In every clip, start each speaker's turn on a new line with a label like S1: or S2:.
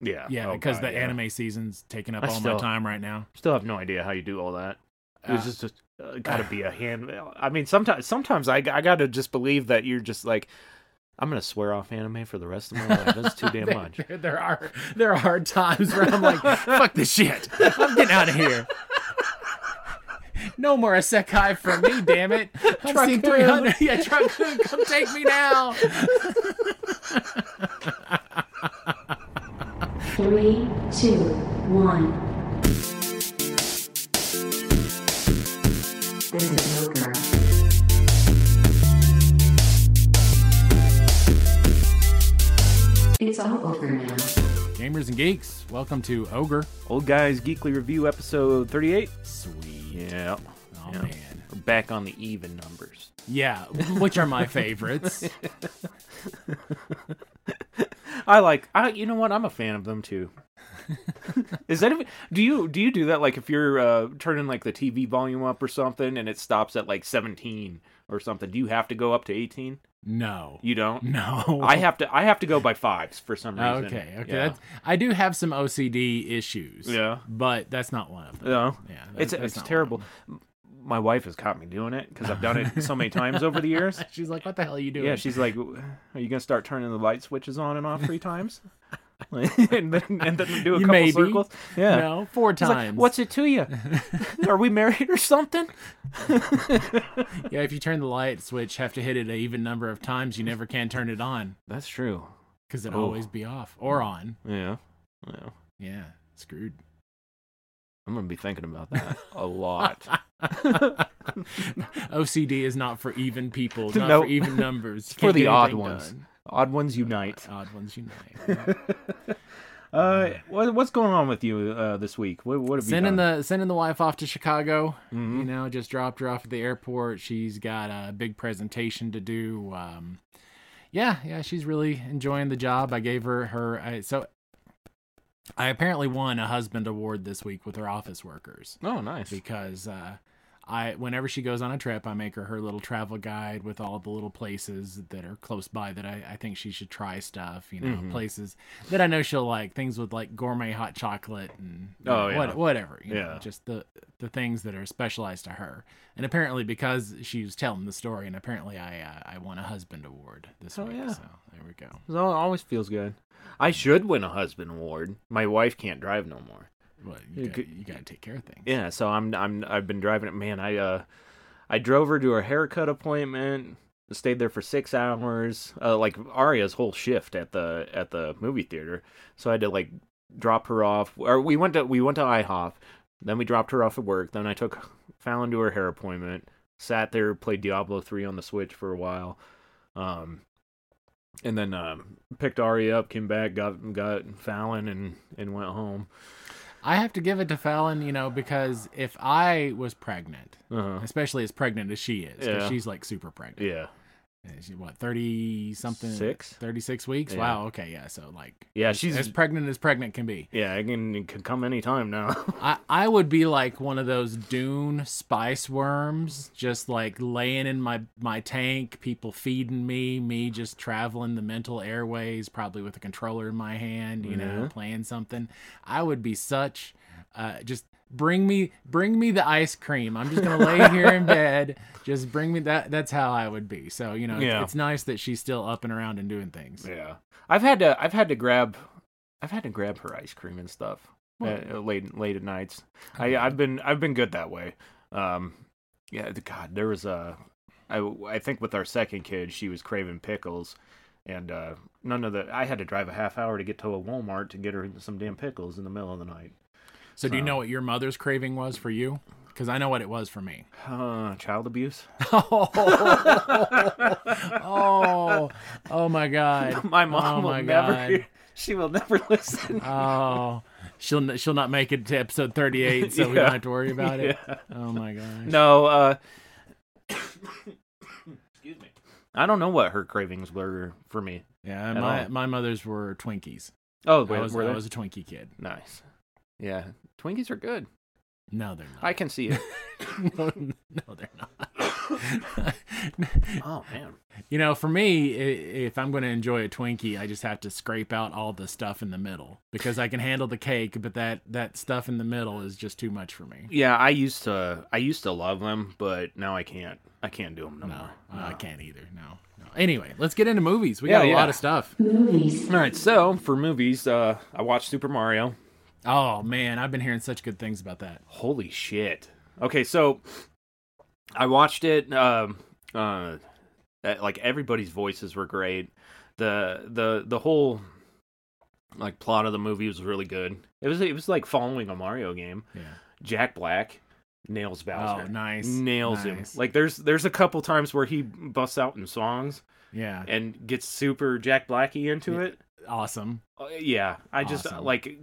S1: Yeah.
S2: Yeah,
S1: Oh,
S2: because
S1: God,
S2: the
S1: yeah.
S2: anime season's taking up
S1: I
S2: all
S1: still-
S2: my time right now.
S1: Still have no idea how you do all that. It's
S2: Uh,
S1: just, just uh, got to be a hand. I mean, sometimes sometimes I I got to just believe that you're just like I'm gonna swear off anime for the rest of my life. That's too damn
S2: There-
S1: much.
S2: There, there are there are times where I'm like, fuck this shit. I'm getting out of here. No more Isekai for me, damn it. I'm seeing
S1: Truckun.
S2: 300. Yeah, Truckun, come take me now.
S3: Three, two, one. This is Milker. It's all over now.
S2: Gamers and geeks, welcome to Ogre.
S1: Old guys geekly review episode 38.
S2: Sweet.
S1: Yeah.
S2: Oh,
S1: Yeah.
S2: man.
S1: We're back on the even numbers.
S2: Yeah, which are my favorites.
S1: I like. I you know what? I'm a fan of them too. Is that even- do you do you do that like if you're uh, turning like the TV volume up or something and it stops at like 17 or something? Do you have to go up to 18?
S2: No.
S1: You don't.
S2: No.
S1: I have to. I have to go by fives for some reason.
S2: Oh, Okay, okay.
S1: Yeah.
S2: That's, I do have some OCD issues.
S1: Yeah.
S2: But that's not one of them.
S1: No.
S2: Yeah, that-
S1: it's
S2: that's
S1: it's
S2: not
S1: terrible. My wife has caught me doing it because I've done it so many times over the years.
S2: She's like, what the hell are you doing?
S1: Yeah, she's like, "W- "Are you gonna start turning the light switches on and off three times?" and then and then do a couple
S2: You maybe.
S1: circles. Yeah.
S2: No, four
S1: It's like,
S2: times.
S1: What's it to you? Are we married or something?
S2: Yeah, if you turn the light switch, have to hit it an even number of times. You never can turn it on
S1: That's true.
S2: because it'll
S1: Oh.
S2: always be off or on.
S1: Yeah. Yeah.
S2: Yeah, screwed.
S1: I'm gonna be thinking about that a lot.
S2: OCD is not for even people, not
S1: No.
S2: for even numbers.
S1: for
S2: Can't
S1: the
S2: get
S1: odd
S2: anything
S1: ones.
S2: done.
S1: Odd ones unite.
S2: Odd ones unite.
S1: Uh, what, what's going on with you uh, this week? What, what have
S2: sending
S1: you done?
S2: the sending the wife off to Chicago. You
S1: Mm-hmm.
S2: know, just dropped her off at the airport. She's got a big presentation to do. Um, yeah, yeah, she's really enjoying the job. I gave her her I, so. I apparently won a husband award this week with her office workers
S1: oh, nice.
S2: because uh, I whenever she goes on a trip, I make her her little travel guide with all the little places that are close by that I, I think she should try stuff. You know,
S1: Mm-hmm.
S2: places that I know she'll like things with like gourmet hot chocolate and you
S1: Oh,
S2: know, what-
S1: yeah.
S2: whatever. You know,
S1: Yeah.
S2: just the the things that are specialized to her. And apparently, because she was telling the story, and apparently I uh, I won a husband award this
S1: Oh,
S2: week.
S1: yeah.
S2: So there we go.
S1: It always feels good. I should win a husband award. My wife can't drive no more.
S2: Well,
S1: You
S2: you got,
S1: could-
S2: you got to take care of things.
S1: Yeah, so I'm I'm I've been driving it. Man, I uh, I drove her to her haircut appointment. Stayed there for six hours. Uh, like Aria's whole shift at the at the movie theater. So I had to like drop her off. Or we went to we went to IHOP. Then we dropped her off at work. Then I took Fallon to her hair appointment. Sat there, played Diablo three on the Switch for a while. Um, and then um, picked Aria up, came back, got got Fallon, and and went home.
S2: I have to give it to Fallon, you know, because if I was pregnant,
S1: Uh-huh.
S2: especially as pregnant as she is, 'cause
S1: Yeah.
S2: she's like super pregnant.
S1: Yeah.
S2: Yeah. She, what thirty something?
S1: Six?
S2: Thirty six weeks.
S1: Yeah.
S2: Wow. Okay. Yeah. So like,
S1: Yeah,
S2: as-
S1: she's-
S2: as pregnant as pregnant can be.
S1: Yeah, it can, it can come anytime now.
S2: I, I would be like one of those dune spice worms, just like laying in my, my tank, people feeding me, me just traveling the mental airways, probably with a controller in my hand, you know,
S1: Yeah.
S2: playing something. I would be such, uh, just bring me bring me the ice cream. I'm just gonna lay here in bed. Just bring me that. That's how I would be. So you know, it's-
S1: Yeah.
S2: it's nice that she's still up and around and doing things.
S1: yeah, I've had to I've had to grab I've had to grab her ice cream and stuff at, uh, late late at nights. I I've been I've been good that way. Um, yeah, the- God, there was a I I think with our second kid she was craving pickles. And uh, none of the. I had to drive a half hour to get to a Walmart to get her some damn pickles in the middle of the night.
S2: So, do you
S1: So-
S2: know what your mother's craving was for you? Because I know what it was for me.
S1: Uh, child abuse.
S2: Oh, oh, oh my God!
S1: My mom
S2: oh
S1: will
S2: my
S1: never.
S2: God.
S1: She will never listen.
S2: Oh, she'll she'll not make it to episode thirty-eight, so we
S1: Yeah.
S2: don't have to worry about it.
S1: Yeah.
S2: Oh my God!
S1: No, uh Excuse me. I don't know what her cravings were for me.
S2: yeah,
S1: At
S2: my
S1: all.
S2: my mother's were Twinkies.
S1: Oh,
S2: I
S1: were,
S2: was,
S1: were
S2: I
S1: they?
S2: was a Twinkie kid.
S1: nice. Yeah, Twinkies are good.
S2: No, they're not.
S1: I can see it.
S2: no, no, they're not.
S1: Oh man.
S2: you know, for me, i- if I'm going to enjoy a Twinkie, I just have to scrape out all the stuff in the middle because I can handle the cake, but that that stuff in the middle is just too much for me.
S1: Yeah, I used to I used to love them, but now I can't. I can't do them no,
S2: No,
S1: more.
S2: I can't either. No, no. Anyway, let's get into movies. We
S1: Yeah,
S2: got a
S1: yeah.
S2: lot of stuff.
S3: Movies.
S1: All right, so for movies, uh, I watched Super Mario.
S2: Oh man, I've been hearing such good things about that.
S1: Holy shit! Okay, so I watched it. Um, uh, uh, like everybody's voices were great. The the the whole like plot of the movie was really good. It was it was like following a Mario game.
S2: Yeah.
S1: Jack Black nails Bowser.
S2: Oh, nice.
S1: Nails him.
S2: nice.
S1: Like there's there's a couple times where he busts out in songs
S2: yeah,
S1: and gets super Jack Blacky into
S2: Yeah.
S1: it.
S2: awesome.
S1: Uh, yeah, I just
S2: Awesome.
S1: like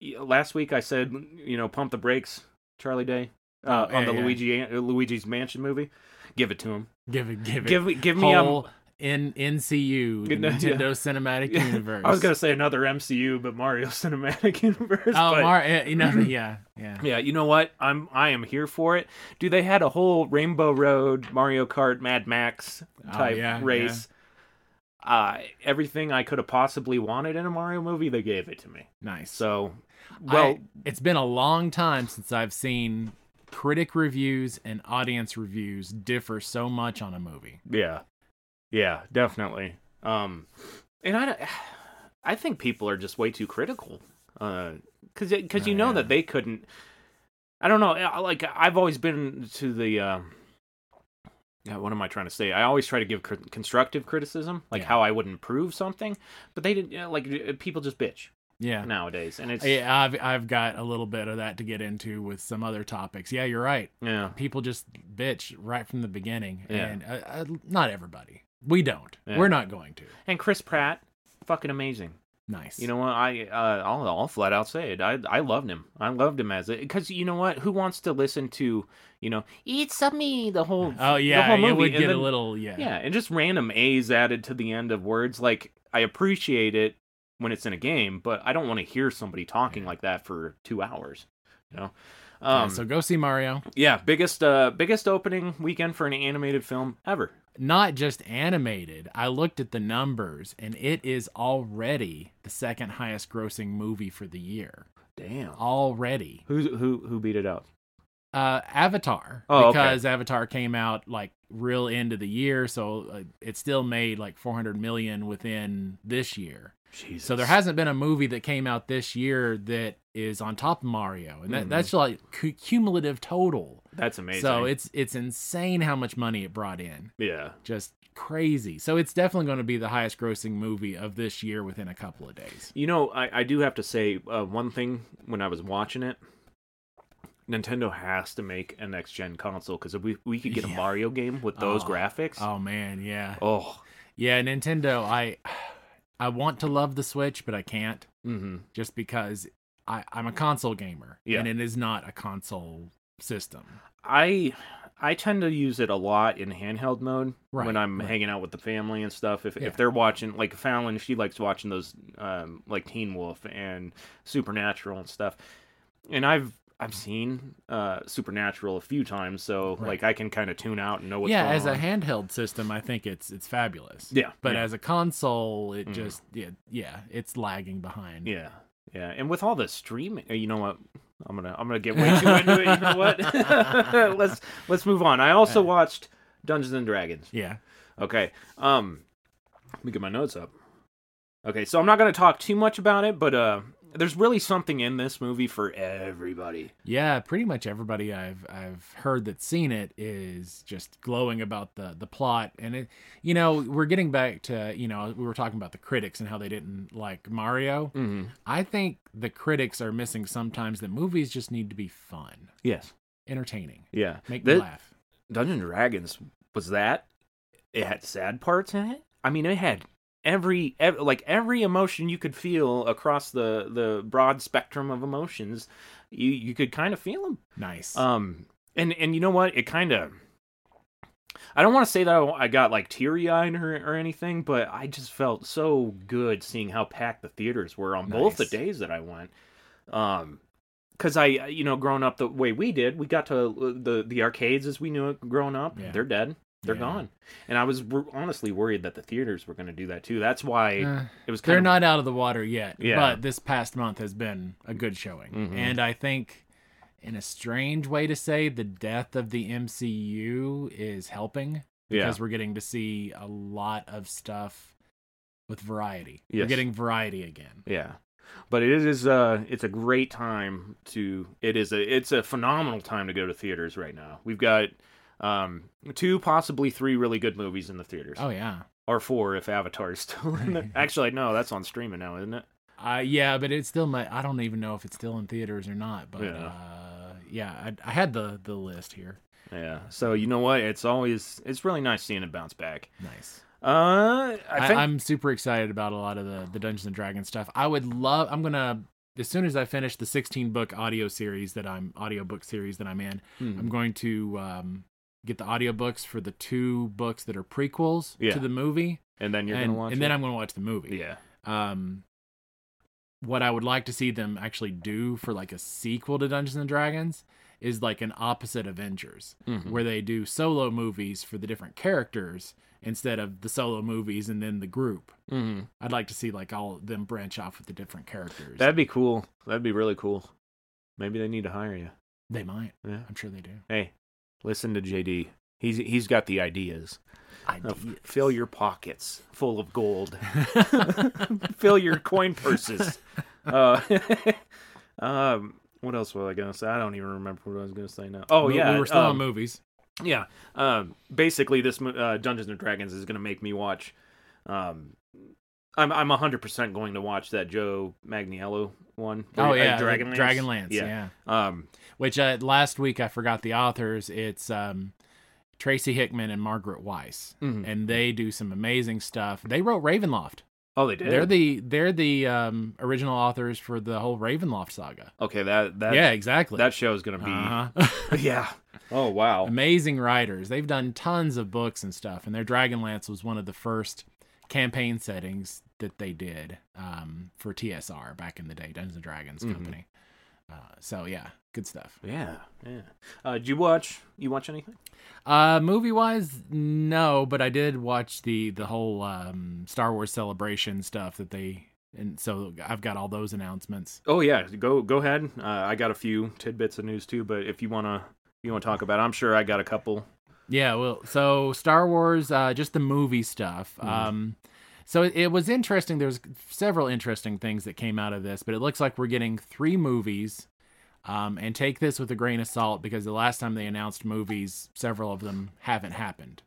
S1: y- last week I said, you know, pump the brakes, Charlie Day, uh,
S2: Oh,
S1: on
S2: yeah,
S1: the
S2: yeah.
S1: Luigi uh, Luigi's Mansion movie. Give it to him.
S2: Give it, give it.
S1: Give me, give me. Um,
S2: whole in NCU, the
S1: Good night, yeah.
S2: Nintendo Cinematic Universe.
S1: I was gonna say another MCU, but Mario Cinematic Universe.
S2: Oh,
S1: but-
S2: Mar- eh, you know, yeah, yeah.
S1: Yeah, you know what? I'm I am here for it. Dude, they had a whole Rainbow Road, Mario Kart, Mad Max type
S2: Oh, yeah,
S1: race. Uh, everything I could have possibly wanted in a Mario movie, they gave it to me.
S2: Nice.
S1: So, well,
S2: well, it's been a long time since I've seen critic reviews and audience reviews differ so much on a movie.
S1: yeah, yeah, definitely. Um, and I, don't- I think people are just way too critical. Uh, cause it- cause you
S2: Oh,
S1: know
S2: yeah.
S1: that they couldn't. I don't know. I- Like I've always been to the. um yeah, what am I trying to say? I always try to give cr- constructive criticism, like
S2: Yeah.
S1: how I would improve something, but they didn't. You know, like uh, people just bitch
S2: Yeah.
S1: nowadays, and it's
S2: Yeah, I've I've got a little bit of that to get into with some other topics. Yeah, you're right.
S1: yeah,
S2: People just bitch right from the beginning,
S1: Yeah.
S2: and uh, uh, not everybody. We don't.
S1: Yeah.
S2: We're not going to.
S1: And Chris Pratt, fucking amazing.
S2: Nice.
S1: You know what? I uh, I'll, I'll flat out say it. I I loved him. I loved him as it because you know what? Who wants to listen to you know it's a me the whole
S2: Oh
S1: the
S2: yeah,
S1: whole movie
S2: it would
S1: and
S2: get a
S1: then-
S2: little yeah.
S1: yeah and just random A's added to the end of words like I appreciate it when it's in a game, but I don't want to hear somebody talking like that for two hours. You know.
S2: Yeah,
S1: Um, yeah,
S2: so go see Mario.
S1: biggest uh biggest opening weekend for an animated film ever.
S2: Not just animated. I looked at the numbers, and it is already the second highest grossing movie for the year.
S1: Damn.
S2: Already.
S1: Who who who beat it out?
S2: Uh, Avatar,
S1: Oh, okay.
S2: because Avatar came out like real end of the year, so uh, it still made like 400 million within this year.
S1: Jesus.
S2: So there hasn't been a movie that came out this year that is on top of Mario, and that,
S1: Mhm.
S2: that's like cu- cumulative total.
S1: that's amazing.
S2: So it's it's insane how much money it brought in.
S1: yeah.
S2: Just crazy. So it's definitely going to be the highest grossing movie of this year within a couple of days.
S1: You know, I, I do have to say uh, one thing when I was watching it. Nintendo has to make a next gen console because we we could get a
S2: Yeah.
S1: Mario game with those
S2: Oh.
S1: graphics. Oh,
S2: Oh man, yeah. Yeah, Nintendo, I I want to love the Switch, but I can't
S1: hmm
S2: just because I I'm a console gamer
S1: Yeah.
S2: and it is not a console system.
S1: I I tend to use it a lot in handheld mode
S2: Right,
S1: when I'm
S2: right.
S1: hanging out with the family and stuff. If
S2: Yeah.
S1: if they're watching like Fallon, she likes watching those um, like Teen Wolf and Supernatural and stuff. And I've I've seen uh, Supernatural a few times, so
S2: Right.
S1: like I can kind of tune out and know what's
S2: yeah,
S1: going
S2: as
S1: on.
S2: a handheld system, I think it's it's fabulous.
S1: yeah,
S2: But
S1: yeah.
S2: as a console, it
S1: Mhm.
S2: just yeah, yeah, it's lagging behind.
S1: Yeah, yeah, and with all the streaming, you know what? I'm gonna I'm gonna get way too into it. You know what? let's let's move on. I also watched Dungeons and Dragons.
S2: Yeah.
S1: Okay, um, let me get my notes up. Okay, so I'm not gonna talk too much about it, but uh, there's really something in this movie for everybody.
S2: Yeah, pretty much everybody I've I've heard that's seen it is just glowing about the the plot, and it, you know, we're getting back to you know we were talking about the critics and how they didn't like Mario.
S1: Mm-hmm.
S2: I think the critics are missing sometimes that movies just need to be fun,
S1: Yes.
S2: entertaining,
S1: Yeah.
S2: make
S1: Thi-
S2: me laugh.
S1: Dungeons and Dragons was that. It had sad parts in it. I mean, it had every, ev like every emotion you could feel across the the broad spectrum of emotions. You you could kind of feel them.
S2: Nice.
S1: Um, and and you know what? It kind of. I don't want to say that I I got like teary eyed or, or anything, but I just felt so good seeing how packed the theaters were on both the
S2: Nice.
S1: days that I went. Um, because I, you know, growing up the way we did, we got to uh, the the arcades as we knew it growing up.
S2: Yeah.
S1: They're dead. They're
S2: Yeah.
S1: gone. And I was wor- honestly worried that the theaters were going to do that too. That's why
S2: Uh,
S1: it was kind
S2: They're
S1: of
S2: not out of the water yet,
S1: Yeah.
S2: but this past month has been a good showing.
S1: Mhm.
S2: And I think, in a strange way to say, the death of the MCU is helping
S1: yeah.
S2: because we're getting to see a lot of stuff with variety. We're
S1: Yes.
S2: getting variety again.
S1: Yeah. But it is uh it's a great time to it is a it's a phenomenal time to go to theaters right now. We've got um two possibly three really good movies in the theaters.
S2: Oh, yeah.
S1: Or four if Avatar is still in there. Actually no, that's on streaming now, isn't it?
S2: Uh, yeah, but it's still my. I don't even know if it's still in theaters or not. But yeah,
S1: Yeah.
S2: uh, yeah I, I had the the list here.
S1: Yeah. So you know what? It's always it's really nice seeing it bounce back.
S2: Nice.
S1: Uh I
S2: I
S1: think
S2: I'm super excited about a lot of the the Dungeons and Dragons stuff. I would love. I'm gonna as soon as I finish the 16 book audio series that I'm audiobook series that I'm in.
S1: Hmm.
S2: I'm going to um, get the audiobooks for the two books that are prequels
S1: Yeah.
S2: to the movie,
S1: and then you're
S2: and,
S1: gonna watch
S2: and then
S1: it?
S2: I'm gonna watch the movie.
S1: Yeah.
S2: Um, what I would like to see them actually do for like a sequel to Dungeons and Dragons is like an opposite Avengers
S1: Mhm.
S2: where they do solo movies for the different characters instead of the solo movies and then the group.
S1: Mhm.
S2: I'd like to see like all of them branch off with the different characters.
S1: That'd be cool. That'd be really cool. Maybe they need to hire you.
S2: they might.
S1: Yeah.
S2: I'm sure they do.
S1: Hey, listen to JD. He's he's got the ideas. Uh, f-
S2: Ideas.
S1: fill your pockets full of gold. fill your coin purses. Uh, um, what else was I gonna say? I don't even remember what I was gonna say now. Oh
S2: We-
S1: yeah,
S2: we were still on
S1: um,
S2: movies.
S1: yeah. Um, basically, this mo- uh, Dungeons and Dragons is gonna make me watch. Um, I'm I'm 100 percent going to watch that Joe Magniello one.
S2: Oh
S1: Uh,
S2: yeah,
S1: Dragonlance.
S2: Dragonlance. Yeah.
S1: Um,
S2: Which uh, last week I forgot the authors. It's um, Tracy Hickman and Margaret Weiss,
S1: mhm.
S2: and they do some amazing stuff. They wrote Ravenloft.
S1: oh, they did.
S2: They're the they're the um, original authors for the whole Ravenloft saga.
S1: okay. That that
S2: yeah, exactly.
S1: that show is gonna be.
S2: uh-huh.
S1: yeah. Oh wow.
S2: amazing writers. They've done tons of books and stuff, and their Dragonlance was one of the first campaign settings that they did um, for TSR back in the day, Dungeons and Dragons
S1: Mhm.
S2: company. Uh, so yeah, good stuff.
S1: Yeah, yeah. Uh, did you watch? You watch anything?
S2: Uh, movie wise, no, but I did watch the the whole um, Star Wars celebration stuff that they. And so I've got all those announcements.
S1: Oh yeah, go go ahead. Uh, I got a few tidbits of news too, but if you wanna you wanna talk about, it, I'm sure I got a couple.
S2: Yeah, well, so Star Wars, uh, just the movie stuff. Um, so it, it was interesting. There's several interesting things that came out of this, but it looks like we're getting three movies. Um, and take this with a grain of salt because the last time they announced movies, several of them haven't happened.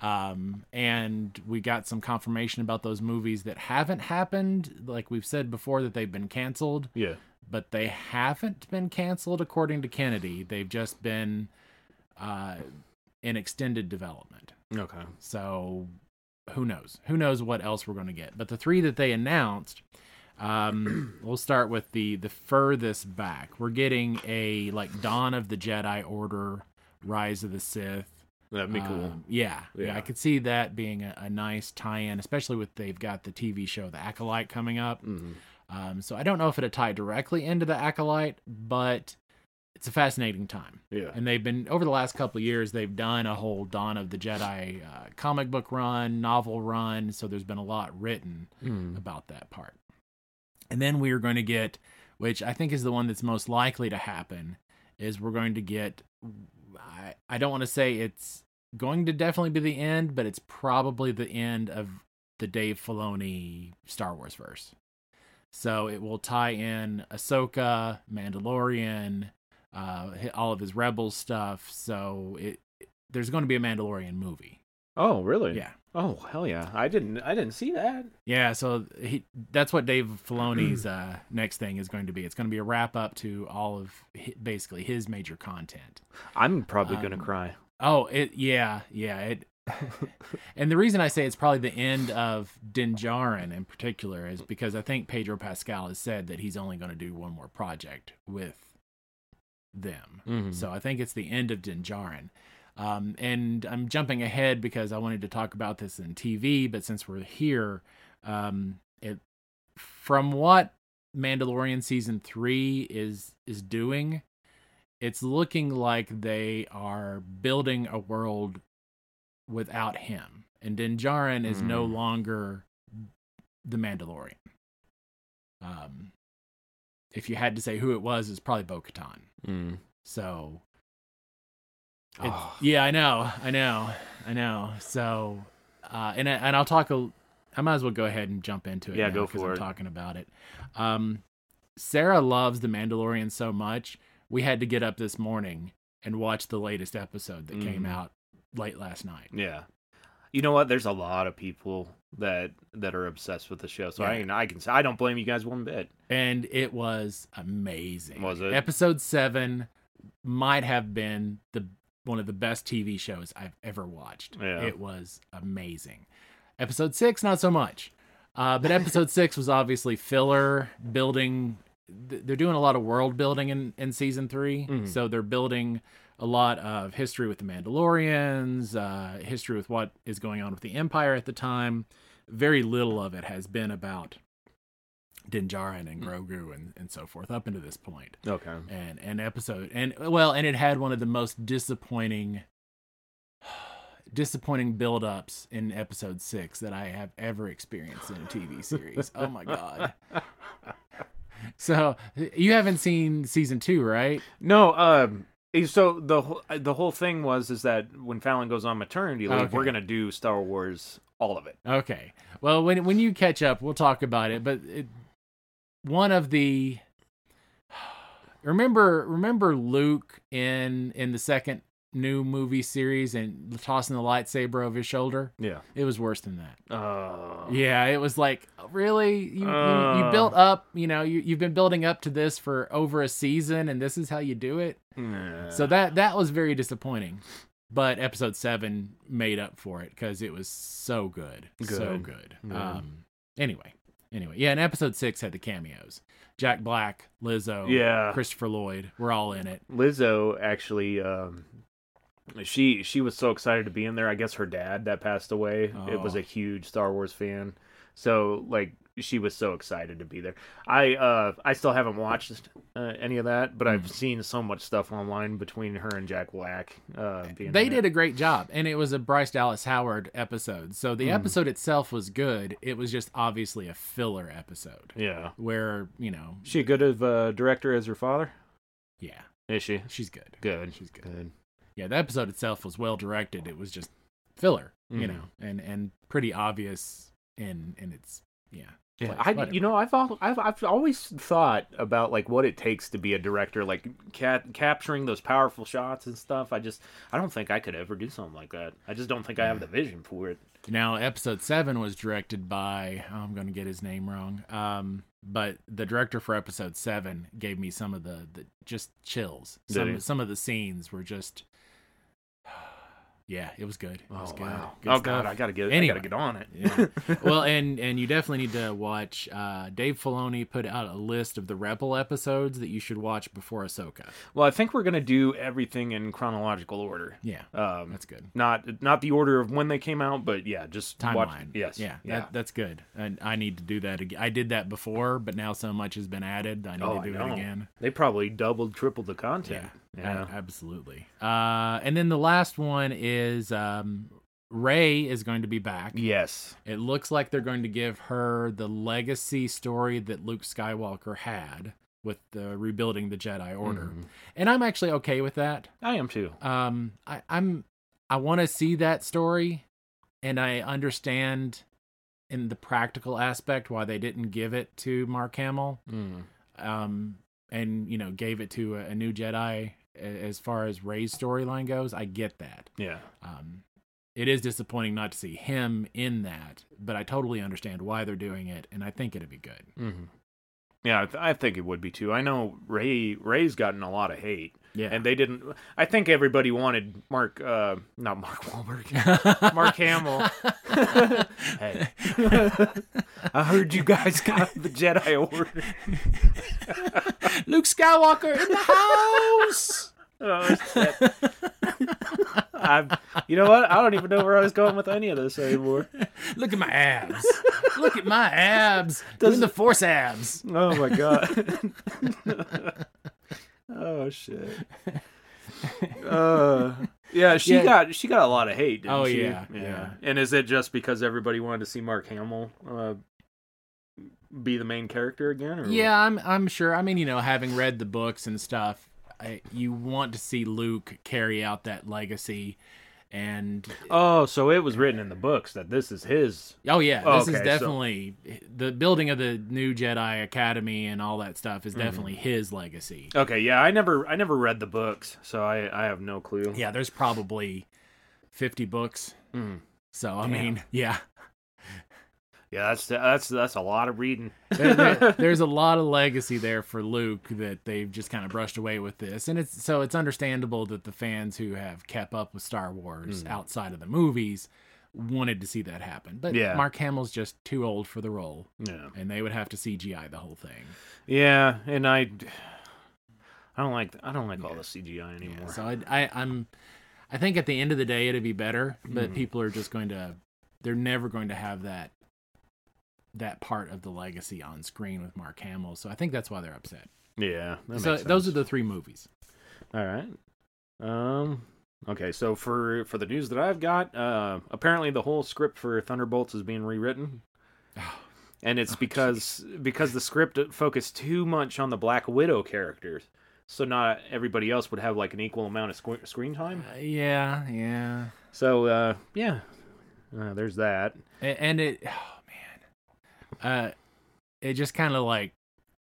S2: Um, and we got some confirmation about those movies that haven't happened. Like we've said before, that they've been canceled
S1: Yeah.
S2: but they haven't been canceled according to Kennedy. They've just been uh, in extended development.
S1: Okay.
S2: So who knows? Who knows what else we're going to get? But the three that they announced, um, we'll start with the the furthest back. We're getting a like Dawn of the Jedi Order, Rise of the Sith.
S1: That'd be cool.
S2: Um, yeah, yeah,
S1: Yeah.
S2: I could see that being a, a nice tie-in, especially with they've got the TV show The Acolyte coming up.
S1: Mhm.
S2: Um, so I don't know if it'll tie directly into the acolyte, but it's a fascinating time.
S1: Yeah.
S2: And they've been over the last couple of years, they've done a whole Dawn of the Jedi uh, comic book run, novel run. So there's been a lot written
S1: Mhm.
S2: about that part. And then we are going to get, which I think is the one that's most likely to happen, is we're going to get. I I don't want to say it's going to definitely be the end, but it's probably the end of the Dave Filoni Star Wars verse. So it will tie in Ahsoka, Mandalorian, uh, hi- all of his Rebels stuff. So it, there's going to be a Mandalorian movie.
S1: Oh really?
S2: Yeah.
S1: Oh hell yeah! I didn't I didn't see that.
S2: Yeah, so he, that's what Dave Filoni's uh, next thing is going to be. It's going to be a wrap up to all of hi basically his major content.
S1: I'm probably gonna
S2: Um,
S1: cry.
S2: Oh, it yeah, yeah, it. and the reason I say it's probably the end of Dinjarin in particular is because I think Pedro Pascal has said that he's only going to do one more project with them.
S1: Mhm.
S2: So I think it's the end of Dinjarin. Um, and I'm jumping ahead because I wanted to talk about this in TV, but since we're here, um, it from what Mandalorian season three is is doing, it's looking like they are building a world without him, and Din Djarin is no
S1: Mm.
S2: longer the Mandalorian. Um, if you had to say who it was, it's probably Bo Katan.
S1: Mm.
S2: So it's-
S1: Oh.
S2: yeah, I know, I know, I know. So, uh, and I, and I'll talk. A, I might as well go ahead and jump into it.
S1: Yeah,
S2: now,
S1: go
S2: 'cause
S1: for
S2: I'm
S1: it.
S2: Talking about it. Um, Sarah loves the Mandalorian so much. We had to get up this morning and watch the latest episode that came
S1: Mhm.
S2: out late last night.
S1: Yeah. You know what? There's a lot of people that that are obsessed with the show, so I
S2: Yeah.
S1: mean, I can say I don't blame you guys one bit.
S2: and it was amazing.
S1: Was it?
S2: Episode seven might have been the one of the best TV shows I've ever watched.
S1: Yeah.
S2: It was amazing. Episode six, not so much. Uh, but episode six was obviously filler building. th- They're doing a lot of world building in, in season 3
S1: Mhm.
S2: so they're building a lot of history with the Mandalorians, uh, history with what is going on with the Empire at the time. Very little of it has been about Din Djarin and Grogu and, and so forth up until this point.
S1: Okay.
S2: And an episode and well, and it had one of the most disappointing disappointing build-ups in episode 6 that I have ever experienced in a TV series. oh my god. So, you haven't seen season 2, right?
S1: No, um so the whole the whole thing was is that when Fallon goes on maternity leave,
S2: Ah, Okay.
S1: we're going to do Star Wars all of it.
S2: Okay. Well, when when you catch up, we'll talk about it. But it, one of the remember remember Luke in in the second new movie series and tossing the lightsaber over his shoulder.
S1: Yeah.
S2: It was worse than that.
S1: Uh,
S2: Yeah, it was like really you you, you
S1: Uh.
S2: built up. You know you you've been building up to this for over a season, and this is how you do it.
S1: yeah.
S2: So that that was very disappointing. But episode seven made up for it because it was so good, so
S1: Good.
S2: good.
S1: Yeah.
S2: Um, anyway, anyway, yeah. And episode six had the cameos: Jack Black, Lizzo,
S1: Yeah.
S2: Christopher Lloyd. We're all in it.
S1: Lizzo actually um she she was so excited to be in there. I guess her dad that passed away, it was
S2: Oh.
S1: a huge Star Wars fan. So like she was so excited to be there. I uh I still haven't watched uh, any of that, but
S2: Hmm.
S1: I've seen so much stuff online between her and Jack Black. Uh, being
S2: They
S1: in
S2: did
S1: it.
S2: a great job, and it was a Bryce Dallas Howard episode. So
S1: Hmm.
S2: the episode itself was good. It was just obviously a filler episode
S1: Yeah,
S2: where you know,
S1: she a good of uh, director as her father.
S2: yeah,
S1: Is she
S2: she's good.
S1: good?
S2: She's good.
S1: Good.
S2: yeah, the episode itself was well directed. It was just filler, you
S1: Mhm.
S2: know, and and pretty obvious in in its yeah.
S1: Yeah,
S2: place.
S1: I
S2: Whatever.
S1: you know I've, al- I've I've always thought about like what it takes to be a director, like cap- capturing those powerful shots and stuff. I just I don't think I could ever do something like that. I just don't think I have the vision for it.
S2: Now, episode seven was directed by oh, I'm going to get his name wrong, um, but the director for episode seven gave me some of the, the just chills.
S1: Did
S2: Some
S1: he?
S2: some of the scenes were just. Yeah, it was good. It was good. Good
S1: oh
S2: stuff.
S1: god, I gotta get
S2: Anyway.
S1: I gotta get on it.
S2: Yeah. well, and and you definitely need to watch. Uh, Dave Filoni put out a list of the Rebel episodes that you should watch before Ahsoka.
S1: Well, I think we're gonna do everything in chronological order.
S2: Yeah,
S1: Um,
S2: that's good.
S1: not not the order of when they came out, but yeah, just
S2: Timeline.
S1: Watch, yes,
S2: Yeah, that,
S1: yeah.
S2: that's good. And I need to do that again. I did that before, but now so much has been added. I need
S1: Oh,
S2: to
S1: I
S2: do it
S1: know.
S2: again.
S1: They probably doubled, tripled the content.
S2: a- absolutely. Uh, and then the last one is um, Ray is going to be back.
S1: Yes.
S2: It looks like they're going to give her the legacy story that Luke Skywalker had with the rebuilding the Jedi Order.
S1: Mhm.
S2: And I'm actually okay with that.
S1: I am too.
S2: Um I, I'm I wanna see that story and I understand in the practical aspect why they didn't give it to Mark Hamill
S1: Mm.
S2: um, and you know gave it to a, a new Jedi a- as far as Ray's storyline goes. I get that.
S1: Yeah.
S2: Um, it is disappointing not to see him in that, but I totally understand why they're doing it, and I think it'd be good.
S1: Mm-hmm. Yeah, I, th- I think it would be too. I know Ray Ray's gotten a lot of hate,
S2: Yeah,
S1: and they didn't. I think everybody wanted Mark, uh, not Mark Wahlberg. Mark Hamill. hey, I heard you guys got the Jedi Order.
S2: Luke Skywalker in the house.
S1: Oh, shit. I'm, you know what? I don't even know where I was going with any of this anymore.
S2: Look at my abs. Look at my abs.
S1: Does-
S2: Doing the force abs.
S1: Oh my god. oh shit. Uh, yeah, she
S2: Yeah.
S1: got she got a lot of hate. Didn't
S2: Oh,
S1: she?
S2: yeah, yeah.
S1: And is it just because everybody wanted to see Mark Hamill uh, be the main character again? Or
S2: Yeah, I'm I'm sure. I mean, you know, having read the books and stuff, I, you want to see Luke carry out that legacy. And
S1: Oh, so it was written in the books that this is his.
S2: oh yeah, this
S1: Okay,
S2: is
S1: so-
S2: definitely the building of the new Jedi Academy and all that stuff
S1: Mm-hmm.
S2: is definitely his legacy.
S1: Okay, yeah, I never I never read the books, so I I have no clue.
S2: Yeah, there's probably 50 books.
S1: Mm.
S2: So I mean, yeah.
S1: Yeah, that's that's that's a lot of reading.
S2: There- there- there's a lot of legacy there for Luke that they've just kind of brushed away with this, and it's so it's understandable that the fans who have kept up with Star
S1: Hmm.
S2: Wars outside of the movies wanted to see that happen. But
S1: Yeah.
S2: Mark Hamill's just too old for the role,
S1: Yeah.
S2: and they would have to CGI the whole thing.
S1: Yeah, and I, I don't like I don't like all the CGI anymore.
S2: Yeah, so I, I, I'm, I think at the end of the day it'd be better, but
S1: Hmm.
S2: people are just going to, they're never going to have that. That part of the legacy on screen with Mark Hamill, so I think that's why they're upset.
S1: yeah, that
S2: So
S1: makes
S2: those are
S1: sense.
S2: the three movies.
S1: all right. Um, okay, so for for the news that I've got, uh, apparently the whole script for Thunderbolts is being rewritten,
S2: Oh,
S1: and it's because because the script focused too much on the Black Widow characters, so not everybody else would have like an equal amount of squ- screen time.
S2: Uh, yeah, yeah.
S1: So uh, yeah, uh, there's that.
S2: A- And it, oh man, uh, it just kind of like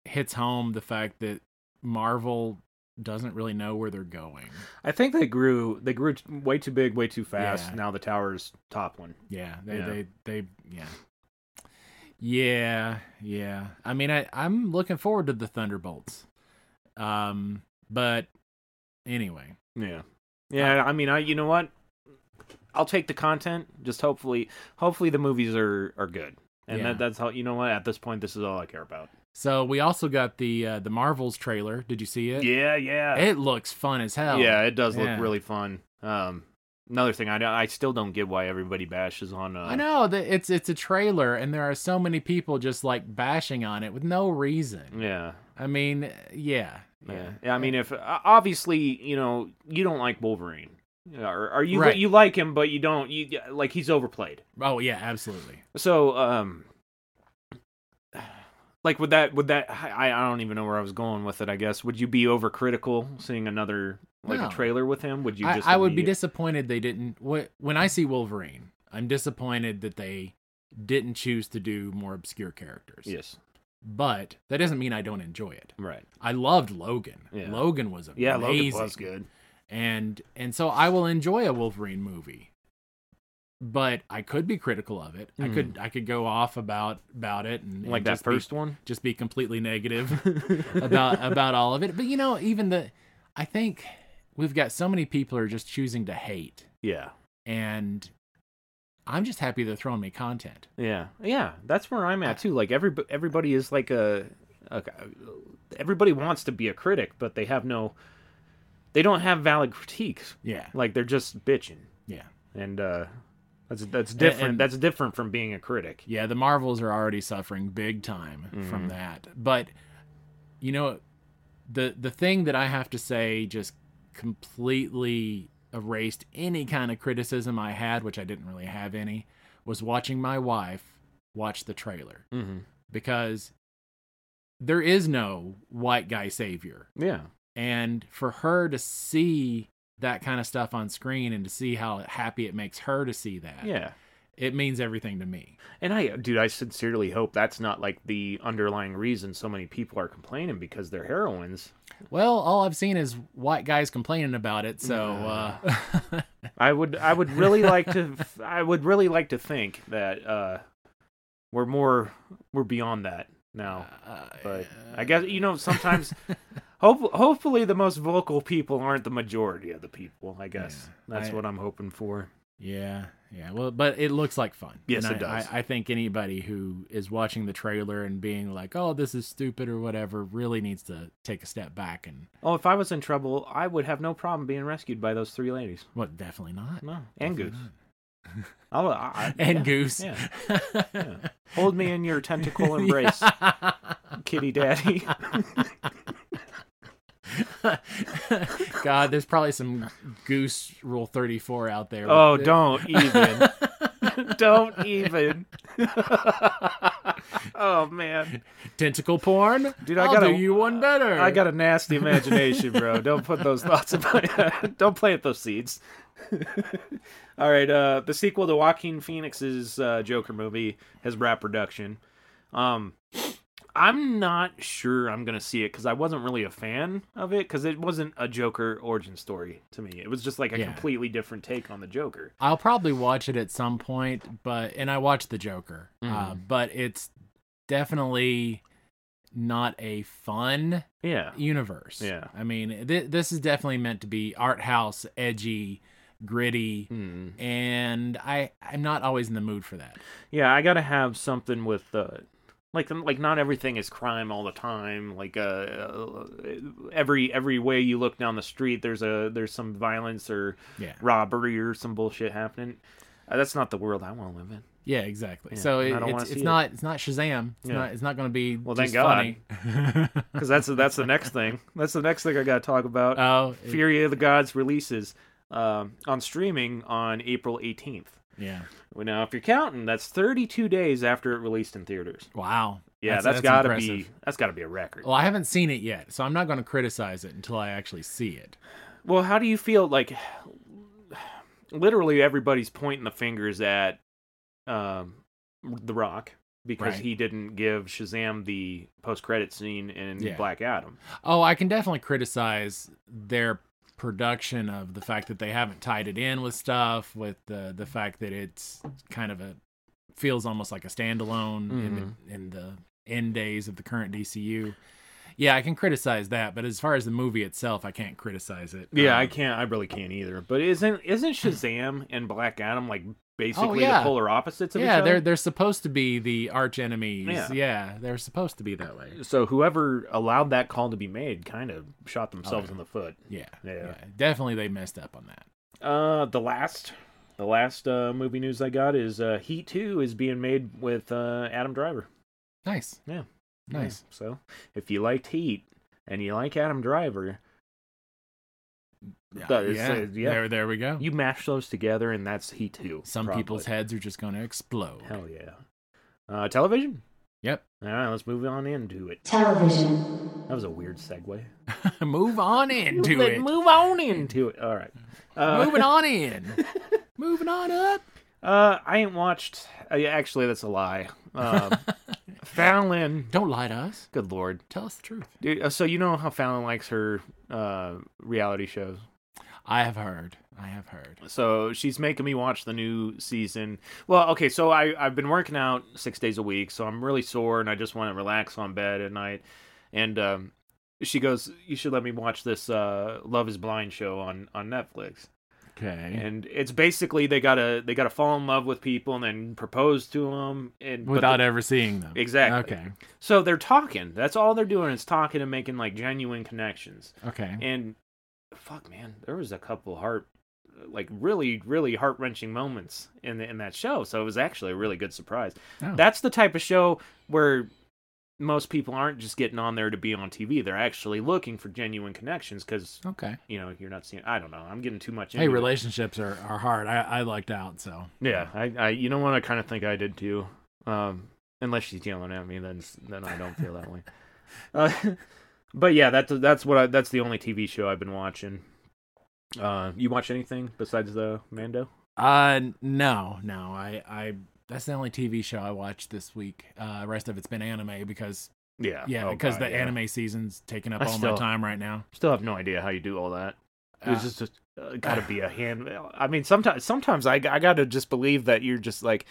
S2: hits home the fact that Marvel doesn't really know where they're going.
S1: I think they grew they grew t- way too big, way too fast.
S2: Yeah.
S1: Now the tower's top one.
S2: Yeah, they,
S1: Yeah.
S2: they, they, yeah, yeah, yeah. I mean, I, I'm looking forward to the Thunderbolts, um, but anyway,
S1: Yeah. Yeah, I mean I you know what? I'll take the content. Just hopefully hopefully the movies are are good. And
S2: Yeah.
S1: that, that's how you know what at this point this is all I care about.
S2: so we also got the uh, the Marvels trailer. Did you see it?
S1: Yeah, yeah.
S2: It looks fun as hell.
S1: yeah, it does look
S2: Yeah.
S1: really fun. Um another thing I I still don't get why everybody bashes on uh
S2: I know that it's it's a trailer, and there are so many people just like bashing on it with no reason.
S1: Yeah.
S2: I mean, uh, yeah,
S1: Yeah.
S2: yeah.
S1: I mean if uh, obviously, you know, you don't like Wolverine. Or, or you
S2: Right.
S1: you like him but you don't you like he's overplayed.
S2: Oh yeah, absolutely.
S1: So, um, like would that would that I I don't even know where I was going with it. I guess would you be overcritical seeing another like
S2: No.
S1: a trailer with him? Would you?
S2: I,
S1: just
S2: I would be
S1: immediate-
S2: disappointed they didn't. wh- When I see Wolverine, I'm disappointed that they didn't choose to do more obscure characters.
S1: Yes,
S2: But that doesn't mean I don't enjoy it.
S1: right.
S2: I loved Logan.
S1: Yeah.
S2: Logan was amazing.
S1: Yeah, Logan was good.
S2: and and so I will enjoy a Wolverine movie. But I could be critical of it. I could I could go off about about it and
S1: Hmm. Like
S2: and
S1: that
S2: just be-
S1: first one.
S2: just be completely negative about about all of it. But you know, even the I think we've got so many people are just choosing to hate,
S1: Yeah,
S2: and I'm just happy they're throwing me content.
S1: yeah, yeah. That's where I'm at too. Like every everybody is like a, a everybody wants to be a critic, but they have no. They don't have valid critiques.
S2: Yeah,
S1: Like they're just bitching,
S2: yeah,
S1: and uh, that's that's different.
S2: and-
S1: that's different from being a critic.
S2: yeah. The Marvels are already suffering big time from that. But you know, the the thing that I have to say just completely erased any kind of criticism I had, which I didn't really have any, was watching my wife watch the trailer.
S1: Mm-hmm.
S2: because there is no white guy savior.
S1: Yeah.
S2: And for her to see that kind of stuff on screen and to see how happy it makes her to see that,
S1: Yeah.
S2: it means everything to me.
S1: And I, dude, I sincerely hope that's not like the underlying reason so many people are complaining because they're heroines.
S2: Well, all I've seen is white guys complaining about it, so uh,
S1: I would, I would really like to, I would really like to think that uh, we're more, we're beyond that now.
S2: Uh,
S1: But I guess you know sometimes, hope, hopefully, the most vocal people aren't the majority of the people. I guess
S2: Yeah.
S1: that's
S2: I-
S1: what I'm hoping for.
S2: Yeah, yeah. Well, but it looks like fun.
S1: Yes,
S2: And
S1: it
S2: I,
S1: does.
S2: I, I think anybody who is watching the trailer and being like, "Oh, this is stupid" or whatever, really needs to take a step back and
S1: Oh, if I was in trouble, I would have no problem being rescued by those three ladies.
S2: well, definitely not.
S1: No, and
S2: Definitely
S1: Goose.
S2: not.
S1: I'll, I, I-
S2: and
S1: yeah,
S2: Goose.
S1: Yeah. Hold me in your tentacle embrace, kitty daddy.
S2: God, there's probably some Goose Rule 34 out there.
S1: Oh,
S2: with-
S1: don't even. don't even. oh man.
S2: tentacle porn.
S1: Dude, I
S2: I'll
S1: gotta-
S2: do you one better.
S1: I got a nasty imagination, bro. Don't put those thoughts in my head. Don't plant those seeds. All right, uh the sequel to Joaquin Phoenix's uh, Joker movie has wrapped production. Um I'm not sure I'm gonna see it because I wasn't really a fan of it because it wasn't a Joker origin story to me. It was just like a
S2: Yeah.
S1: completely different take on the Joker.
S2: I'll probably watch it at some point, but and I watched the Joker, uh,
S1: Mm-hmm.
S2: but it's definitely not a fun
S1: Yeah,
S2: universe.
S1: Yeah.
S2: I mean, th- this is definitely meant to be art house, edgy, gritty,
S1: Mm.
S2: and I I'm not always in the mood for that.
S1: yeah. I gotta have something with uh, like like not everything is crime all the time. Like uh, uh, every every way you look down the street, there's a there's some violence or
S2: Yeah.
S1: robbery or some bullshit happening. Uh, that's not the world I want to live in.
S2: Yeah, exactly.
S1: Yeah,
S2: so
S1: and
S2: it,
S1: I don't wanna
S2: it's,
S1: see
S2: it's
S1: it.
S2: not it's not Shazam. It's
S1: Yeah.
S2: not it's not going to be
S1: Well, thank
S2: just
S1: God.
S2: funny.
S1: Because that's that's the next thing. That's the next thing I gotta talk about.
S2: oh, it-
S1: Fury of the Gods releases um, on streaming on April 18th.
S2: yeah.
S1: Well, now, if you're counting, that's 32 days after it released in theaters.
S2: Wow.
S1: Yeah, that's gotta
S2: gotta
S1: be that's gotta be a record.
S2: Well, I haven't seen it yet, so I'm not going to criticize it until I actually see it.
S1: Well, how do you feel like literally everybody's pointing the fingers at um The Rock because
S2: Right.
S1: he didn't give Shazam the post-credit scene in
S2: Yeah.
S1: Black Adam.
S2: Oh, I can definitely criticize their production of the fact that they haven't tied it in with stuff, with the the fact that it's kind of a feels almost like a standalone in,
S1: Mm-hmm.
S2: the, in the end days of the current DCU. Yeah, I can criticize that, but as far as the movie itself, I can't criticize it.
S1: Yeah, I
S2: Um,
S1: can't I really can't either. But isn't isn't Shazam and Black Adam like basically
S2: yeah.
S1: the polar opposites of
S2: Yeah,
S1: each
S2: they're
S1: other?
S2: they're supposed to be the arch enemies.
S1: Yeah.
S2: Yeah. they're supposed to be that way.
S1: So whoever allowed that call to be made kind of shot themselves in the foot.
S2: Yeah,
S1: Yeah.
S2: Definitely, they messed up on that.
S1: Uh, the last, the last uh, movie news I got is uh, Heat Two is being made with uh, Adam Driver.
S2: Nice.
S1: Yeah.
S2: Nice.
S1: Yeah, So if you liked Heat and you like Adam Driver, That is- uh, yeah.
S2: There, there we go.
S1: you mash those together and that's Heat Two.
S2: Some
S1: probably.
S2: people's heads are just going to explode.
S1: Hell yeah. Uh, television.
S2: Yep.
S1: All right, let's move on into it.
S3: Television.
S1: That was a weird segue.
S2: Move on into
S1: Let-
S2: it.
S1: Move on into it. All right. Uh,
S2: Moving on in. Moving on up.
S1: Uh, I ain't watched. Uh, yeah, actually, that's a lie. Um, Fallon.
S2: Don't lie to us.
S1: Good lord.
S2: Tell us the truth.
S1: Dude, uh, so you know how Fallon likes her uh, reality shows.
S2: I have heard. I have heard.
S1: So she's making me watch the new season. Well, okay, so I I've been working out six days a week, so I'm really sore and I just want to relax on bed at night. And um, she goes, "You should let me watch this uh, Love Is Blind show on on Netflix."
S2: Okay.
S1: And it's basically they gotta they gotta fall in love with people and then propose to them and but
S2: Without
S1: the-
S2: ever seeing them.
S1: Exactly.
S2: Okay.
S1: So they're talking. That's all they're doing is talking and making like genuine connections.
S2: Okay.
S1: And fuck, man, there was a couple heart, like really, really heart wrenching moments in the, in that show. So it was actually a really good surprise.
S2: Oh.
S1: That's the type of show where most people aren't just getting on there to be on TV. They're actually looking for genuine connections because
S2: okay.
S1: you know you're not seeing. I don't know. I'm getting too much.
S2: Hey,
S1: into it.
S2: relationships are, are hard. I, I lucked out, so.
S1: Yeah, I, I, you know what? I kind of think I did too. Um, unless she's yelling at me, then then I don't feel that way. Uh, but yeah, that's that's what I, that's the only TV show I've been watching. Uh, you watch anything besides the Mando?
S2: Uh, no, no. I, I, that's the only TV show I watched this week. Uh, rest of it's been anime because,
S1: Yeah,
S2: yeah,
S1: Oh,
S2: because
S1: God,
S2: the
S1: yeah.
S2: anime season's taking up
S1: I
S2: all my
S1: still-
S2: time right now.
S1: Still have no idea how you do all that.
S2: Uh,
S1: It's just a- uh, gotta be a hand. I mean, sometimes sometimes I I gotta just believe that you're just like.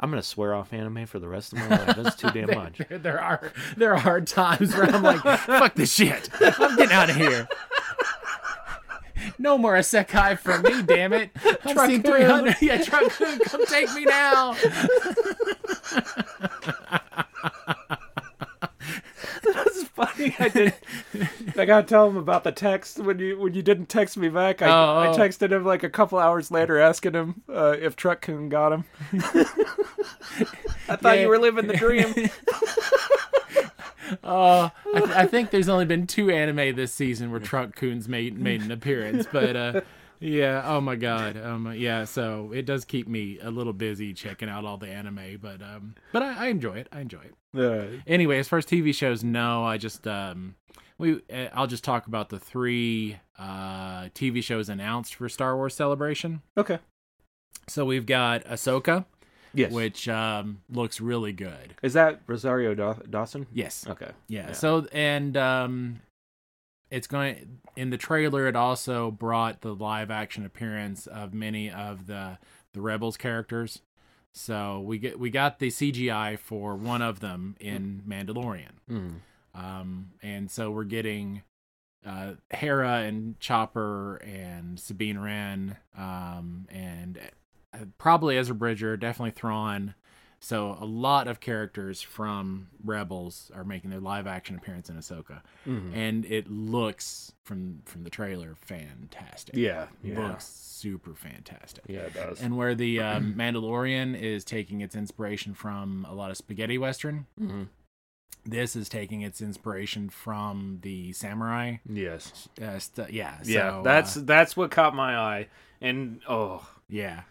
S1: I'm gonna swear off anime for the rest of my life. That's too damn
S2: There-
S1: much.
S2: There, there are there are times where I'm like, fuck this shit. I'm getting out of here. No more Isekai for me, damn it. I've seen
S1: Truckun.
S2: 300. Yeah, Truckun, come take me now.
S1: That's funny. I did. I gotta tell him about the text when you when you didn't text me back. I,
S2: Oh, oh.
S1: I texted him like a couple hours later asking him uh, if Truck Coon got him. I thought
S2: Yeah.
S1: you were living the dream.
S2: Uh, I, th- I think there's only been two anime this season where Truck Coons made made an appearance, but uh, yeah, oh my god, um, yeah. So it does keep me a little busy checking out all the anime, but um, but I, I enjoy it. I enjoy it.
S1: Uh,
S2: Anyway, as far as TV shows, no, I just um, we uh, I'll just talk about the three uh TV shows announced for Star Wars Celebration.
S1: okay.
S2: So we've got Ahsoka,
S1: Yes.
S2: which um looks really good.
S1: Is that Rosario Daw- Dawson?
S2: Yes.
S1: Okay.
S2: yeah,
S1: Oh, Yeah.
S2: so and um it's going in the trailer it also brought the live action appearance of many of the the rebels characters so we get we got the cgi for one of them in mandalorian
S1: Mm.
S2: um and so we're getting uh hera and chopper and sabine wren um and uh, probably ezra bridger definitely thrawn so a lot of characters from Rebels are making their live action appearance in Ahsoka,
S1: Mhm.
S2: and it looks from from the trailer fantastic.
S1: Yeah. Yeah.
S2: looks super fantastic.
S1: Yeah, it does.
S2: And where the um, Mandalorian is taking its inspiration from a lot of spaghetti western,
S1: Mhm.
S2: this is taking its inspiration from the samurai.
S1: Yes.
S2: Uh, st- yeah, so,
S1: yeah.
S2: uh,
S1: That's that's what caught my eye. And oh,
S2: yeah.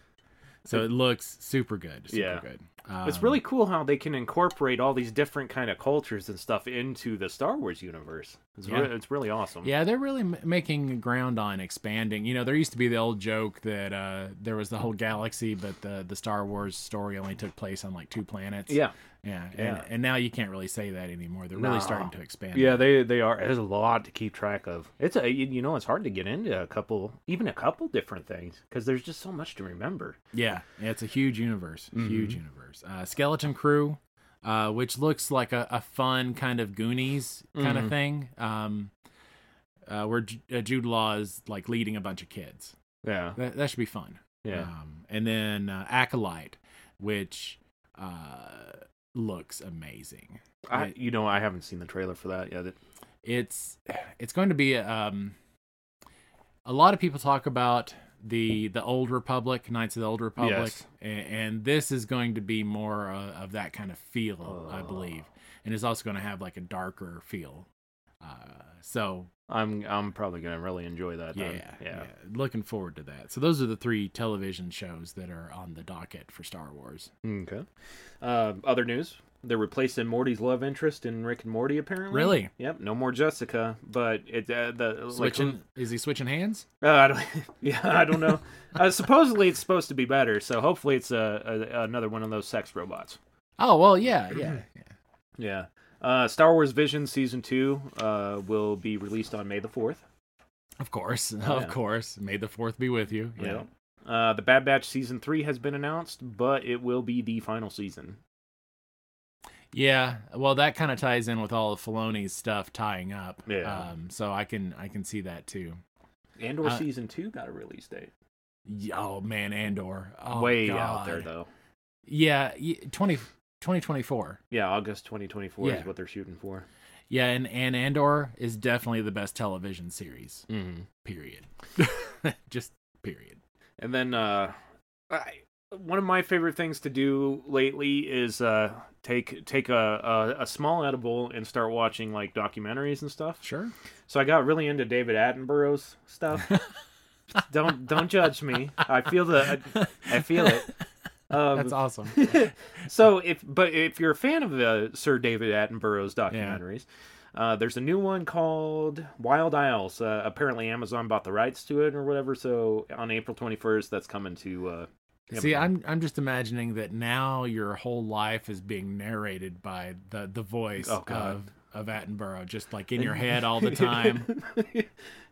S2: So it looks super good. Super
S1: Yeah.
S2: good. Um,
S1: it's really cool how they can incorporate all these different kind of cultures and stuff into the Star Wars universe. It's,
S2: Yeah.
S1: re- it's really awesome.
S2: Um, Yeah, they're really m- making ground on expanding. You know, there used to be the old joke that uh, there was the whole galaxy, but the the Star Wars story only took place on like two planets.
S1: Yeah.
S2: yeah, and,
S1: Yeah.
S2: and now you can't really say that anymore. They're really
S1: No.
S2: starting to expand.
S1: Yeah, they they are. There's a lot to keep track of. It's a you you know it's hard to get into a couple, even a couple different things because there's just so much to remember.
S2: yeah, yeah, it's a huge universe, huge universe. Uh, Skeleton Crew, uh, which looks like a, a fun kind of Goonies kind of thing, um, uh, where Ju- uh, Jude Law is like leading a bunch of kids.
S1: Yeah,
S2: That, that should be fun.
S1: yeah,
S2: Um, and then uh, Acolyte, which uh, looks amazing.
S1: I you know I haven't seen the trailer for that yet. It-
S2: It's it's going to be um, a lot of people talk about the the old Republic, Knights of the Old Republic,
S1: Yes.
S2: a- and, this is going to be more uh, of that kind of feel,
S1: Oh.
S2: I believe, and it's also going to have like a darker feel. Uh, so
S1: I'm I'm probably gonna really enjoy that.
S2: yeah,
S1: then.
S2: yeah,
S1: yeah,
S2: looking forward to that. So those are the three television shows that are on the docket for Star Wars.
S1: Okay. Uh, other news: They're replacing Morty's love interest in Rick and Morty. Apparently,
S2: Really?
S1: Yep. No more Jessica, but it uh, the like,
S2: Switching is he switching hands?
S1: uh, I don't, yeah, I don't know. uh, supposedly, it's supposed to be better, so hopefully, it's uh a, another one of those sex robots.
S2: Oh well, yeah, yeah.
S1: Yeah. Uh, Star Wars Vision Season 2 uh, will be released on May the 4th.
S2: Of course,
S1: yeah.
S2: of course. May the fourth be with you. Yeah.
S1: Uh, the Bad Batch Season 3 has been announced, but it will be the final season.
S2: Yeah. Well, that kind of ties in with all of Filoni's stuff tying up.
S1: Yeah.
S2: Um, so I can I can see that too.
S1: Andor
S2: Uh,
S1: Season 2 got a release date.
S2: Y- Oh man, Andor. Oh,
S1: Way out there,
S2: God.
S1: though.
S2: Yeah. y- 20, 2024.
S1: Yeah, August 2024
S2: Yeah.
S1: is what they're shooting for.
S2: Yeah, and, and Andor is definitely the best television series.
S1: Mm-hmm.
S2: Period. Just period.
S1: And then uh, I, one of my favorite things to do lately is uh, take take a, a, a small edible and start watching like documentaries and stuff.
S2: Sure.
S1: So I got really into David Attenborough's stuff. don't don't judge me. I feel the I, I feel it. Um,
S2: That's awesome.
S1: so if but if you're a fan of uh, Sir David Attenborough's documentaries, uh, there's a new one called Wild Isles. Uh, apparently Amazon bought the rights to it or whatever. So on April 21st, that's coming to. Uh,
S2: See,
S1: Amazon.
S2: I'm I'm just imagining that now your whole life is being narrated by the the voice
S1: Oh, God.
S2: of of Attenborough, just like in your head all the time.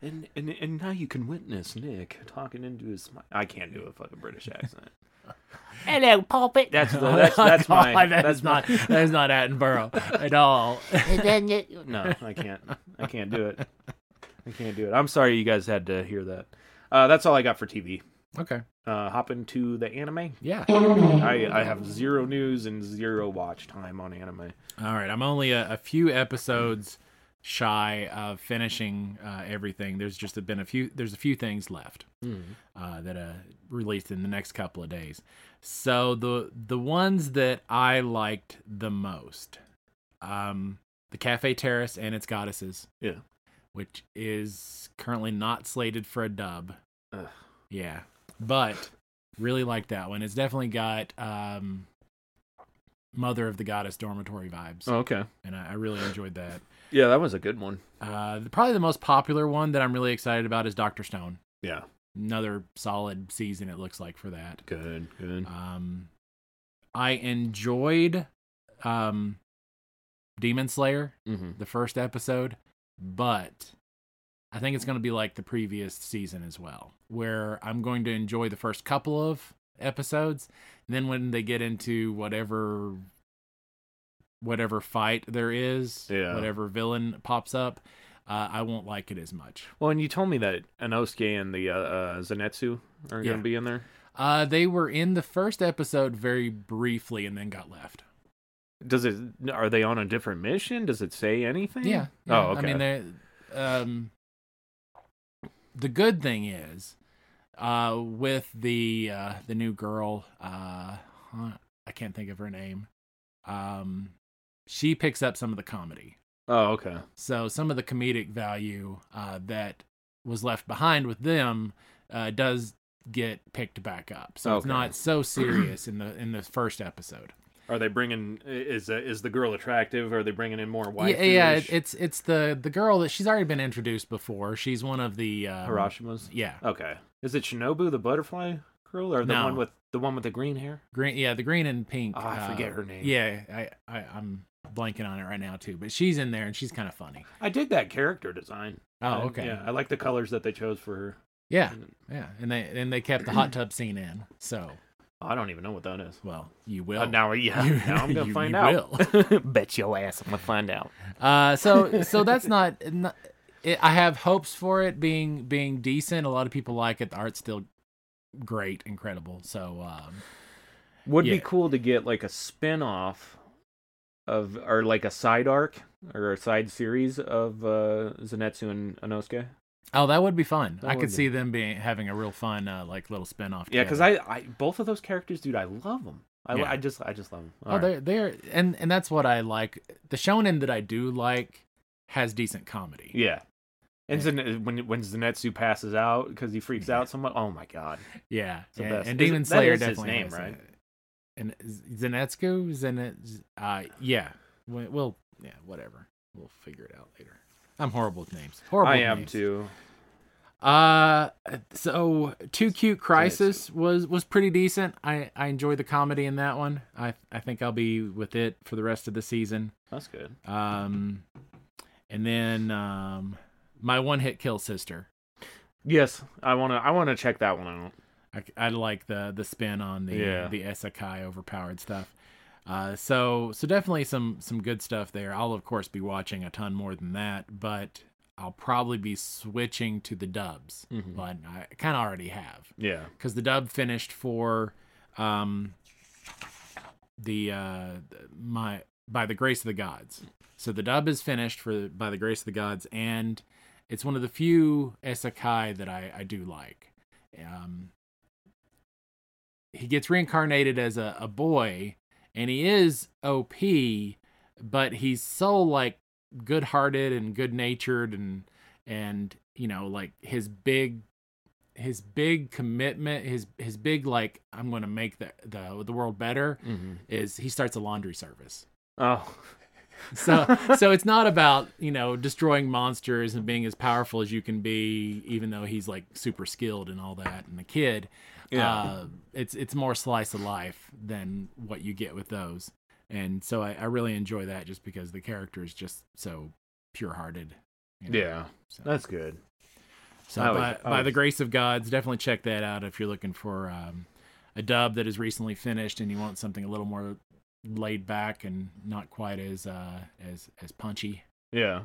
S1: and, and and now you can witness Nick talking into his. smi- I can't do a fucking British accent.
S4: Hello, Poppet.
S1: That's the, Oh, that's that's my
S2: Oh God, that
S1: that's
S2: is
S1: my-
S2: not that is not Attenborough at all.
S4: And then you,
S1: No, I can't. I can't do it. I can't do it. I'm sorry you guys had to hear that. Uh, that's all I got for TV.
S2: Okay.
S1: Uh, hop into the anime.
S2: Yeah.
S3: Anime.
S1: I, I have zero news and zero watch time on anime.
S2: All right, I'm only a, a few episodes shy of finishing uh, everything. There's just been a few. There's a few things left uh, that uh, released in the next couple of days. So the the ones that I liked the most, um, the Cafe Terrace and its goddesses.
S1: Yeah.
S2: which is currently not slated for a dub.
S1: Ugh.
S2: Yeah, but really like that one. It's definitely got. Um, Mother of the Goddess dormitory vibes
S1: okay.
S2: and I, I really enjoyed that.
S1: Yeah, that was a good one.
S2: Uh, the- probably the most popular one that I'm really excited about is Doctor Stone.
S1: Yeah.
S2: Another solid season it looks like for that.
S1: Good. Good.
S2: Um, I enjoyed um, Demon Slayer
S1: Mm-hmm.
S2: the first episode, but I think it's going to be like the previous season as well, where I'm going to enjoy the first couple of episodes. And then when they get into whatever whatever fight there is,
S1: Yeah.
S2: whatever villain pops up, uh, I won't like it as much.
S1: Well, and you told me that Inosuke and the uh, uh, Zenetsu are
S2: Yeah.
S1: going to be in there.
S2: Uh, they were in the first episode very briefly and then got left.
S1: Does it? Are they on a different mission? Does it say anything?
S2: Yeah. yeah.
S1: Oh, okay.
S2: I mean, they, um, the good thing is, uh, with the uh, the new girl, uh, huh, I can't think of her name. Um, she picks up some of the comedy,
S1: oh, okay.
S2: so some of the comedic value uh, that was left behind with them uh, does get picked back up. So it's
S1: Okay.
S2: not so serious in the in the first episode.
S1: Are they bringing? Is uh, is the girl attractive? Are they bringing in more
S2: Yeah, yeah, it, it's it's the the girl that she's already been introduced before. She's one of the um,
S1: Hiroshima's.
S2: Yeah,
S1: Okay. Is it Shinobu the butterfly girl or the
S2: No.
S1: one with the one with the green hair?
S2: green. Yeah, the green and pink. uh,
S1: Oh, I forget her name.
S2: Yeah, I, I I'm blanking on it right now too. But she's in there and she's kind of funny.
S1: I dig that character design.
S2: Oh,
S1: I-
S2: okay.
S1: Yeah, I like the colors that they chose for her.
S2: yeah, yeah. And they and they kept the hot tub scene in. So
S1: Oh, I don't even know what that is.
S2: well, you will
S1: Uh, now, yeah,
S2: You-
S1: now I'm gonna
S2: you-
S1: find
S2: you
S1: out.
S4: Bet your ass I'm gonna find out.
S2: Uh, so so that's not. not it, I have hopes for it being being decent. A lot of people like it. The art's still great, incredible. So um,
S1: Would
S2: Yeah.
S1: be cool to get like a spin off of or like a side arc or a side series of uh Zenetsu and Inosuke.
S2: oh, that would be fun.
S1: That
S2: I
S1: would
S2: could
S1: be.
S2: see them being having a real fun uh, like little spin off.
S1: Yeah, because I, I both of those characters, dude, I love them. I,
S2: Yeah.
S1: I just I just love them.
S2: Oh, they're they're and and that's what I like. The shonen that I do like has decent comedy.
S1: yeah. And
S2: Yeah.
S1: Zen- when when Zenetsu passes out because he freaks out somewhat. Oh my god.
S2: Yeah,
S1: the
S2: and,
S1: best.
S2: and
S1: Is-
S2: Demon
S1: that
S2: Slayer
S1: is his
S2: definitely
S1: name,
S2: has
S1: right?
S2: that. And Z- Zenetsu, Zenet, uh, yeah, we- we'll yeah, whatever. We'll figure it out later. I'm horrible with names. Horrible.
S1: I
S2: with
S1: am
S2: names.
S1: too.
S2: Uh, so Too Cute Crisis was was pretty decent. I I enjoyed the comedy in that one. I I think I'll be with it for the rest of the season.
S1: That's good.
S2: Um, and then um, my one hit kill sister.
S1: Yes, I wanna I wanna check that one out.
S2: I, I like the the spin on the
S1: Yeah.
S2: the Esekai overpowered stuff. Uh, so so definitely some some good stuff there. I'll of course be watching a ton more than that, but I'll probably be switching to the dubs.
S1: Mhm.
S2: But I kind of already have
S1: Yeah.
S2: because the dub finished for um the uh my by the grace of the gods so the dub is finished for by the grace of the gods and it's one of the few Esekai that i i do like um he gets reincarnated as a, a boy and he is op but he's so like good-hearted and good-natured and and you know like his big his big commitment, his his big like I'm going to make the, the the world better
S1: Mm-hmm.
S2: is he starts a laundry service.
S1: Oh.
S2: So so it's not about, you know, destroying monsters and being as powerful as you can be even though he's like super skilled and all that and the kid.
S1: Yeah.
S2: Uh, it's it's more slice of life than what you get with those. And so I, I really enjoy that just because the character is just so pure-hearted. you know,
S1: yeah.
S2: so.
S1: That's good.
S2: So
S1: I was-
S2: by,
S1: I
S2: by
S1: was-
S2: the grace of gods, definitely check that out if you're looking for um, a dub that is recently finished and you want something a little more laid back and not quite as uh, as as punchy.
S1: Yeah.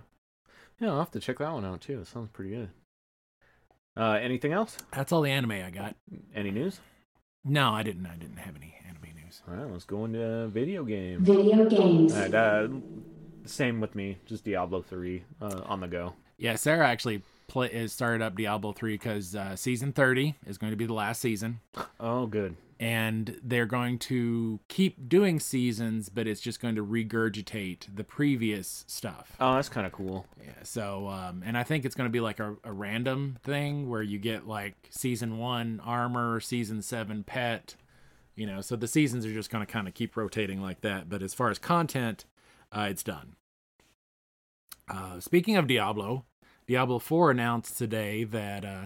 S1: Yeah, I'll have to check that one out too. It sounds pretty good. Uh, anything else?
S2: That's all the anime I got.
S1: Any news?
S2: No, I didn't. I didn't have any anime news.
S1: All right, let's go into video games.
S3: Video games.
S1: All right, uh, same with me, just Diablo 3 uh, on the go.
S2: Yeah, Sarah actually play, is started up Diablo 3 because uh, season 30 is going to be the last season.
S1: Oh, good.
S2: And they're going to keep doing seasons, but it's just going to regurgitate the previous stuff.
S1: Oh, that's kind of cool.
S2: Yeah, so, um, and I think it's going to be like a, a random thing where you get like season one armor, season seven pet, you know, so the seasons are just going to kind of keep rotating like that. But as far as content, uh, it's done. Uh, speaking of Diablo, Diablo 4 announced today that uh,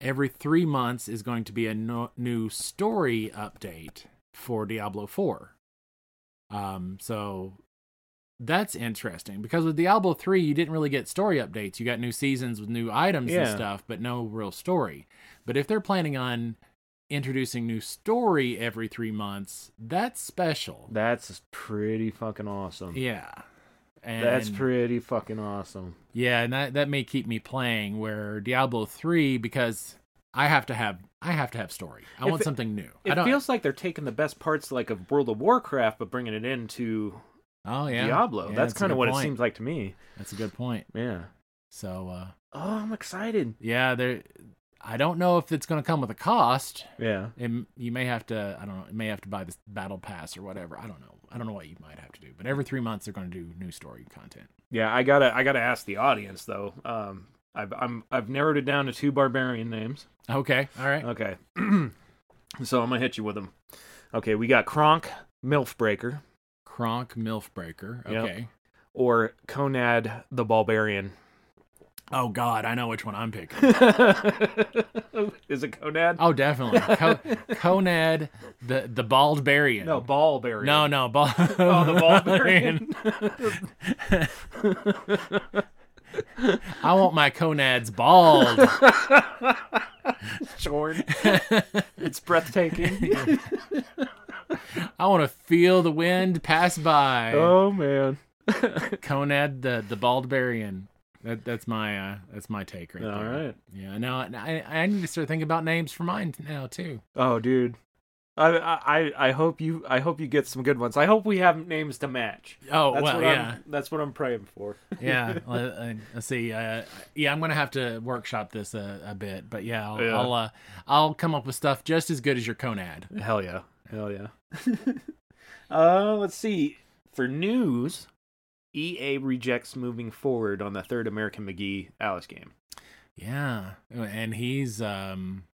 S2: every three months is going to be a no- new story update for Diablo 4. Um, so that's interesting because with Diablo 3, you didn't really get story updates. You got new seasons with new items and
S1: Yeah.
S2: stuff, but no real story. But if they're planning on introducing new story every three months, that's special.
S1: That's pretty fucking awesome.
S2: Yeah. And
S1: That's pretty fucking awesome.
S2: Yeah, and that, that may keep me playing where Diablo three because I have to have I have to have story. I
S1: If
S2: want
S1: it-
S2: something new. I
S1: It
S2: don't,
S1: feels like they're taking the best parts like of World of Warcraft, but bringing it into
S2: oh yeah
S1: Diablo.
S2: Yeah,
S1: that's
S2: a
S1: kind of
S2: good
S1: what it
S2: point.
S1: seems like to me.
S2: That's a good point.
S1: Yeah.
S2: So uh,
S1: Oh, I'm excited.
S2: yeah, there. I don't know if it's going to come with a cost.
S1: Yeah.
S2: It, you may have to I don't know. You may have to buy this battle pass or whatever. I don't know. I don't know what you might have to do. But every three months they're going to do new story content.
S1: Yeah, I gotta I gotta ask the audience though. Um I've I'm I've narrowed it down to two barbarian names.
S2: Okay. All right.
S1: Okay. so I'm gonna hit you with them. Okay, we got Kronk, Milfbreaker,
S2: Kronk Milfbreaker.
S1: Yep.
S2: Okay.
S1: or Conad the Barbarian.
S2: Oh God, I know which one I'm picking.
S1: Is it Conad?
S2: Oh, definitely. Co- Conad, the the bald barian.
S1: No, Ballbarian.
S2: no, no, bald.
S1: Oh, the Ballbarian.
S2: I want my Conad's bald.
S1: Jordan. it's breathtaking.
S2: I want to feel the wind pass by.
S1: oh man.
S2: Conad, the the bald barian. That that's my uh, that's my take right
S1: All
S2: there.
S1: right.
S2: Yeah. Now I I need to start thinking about names for mine now too.
S1: Oh, dude. I, I I hope you I hope you get some good ones. I hope we have names to match.
S2: Oh
S1: That's
S2: well,
S1: what
S2: yeah,
S1: I'm, that's what I'm praying for.
S2: yeah. Let, uh, let's see. Uh, yeah, I'm gonna have to workshop this uh, a, a bit, but yeah, I'll
S1: Yeah.
S2: I'll, uh, I'll come up with stuff just as good as your Conad.
S1: Hell yeah. Hell yeah. uh, let's see. For news, EA rejects moving forward on the third American McGee Alice game.
S2: Yeah, and he's um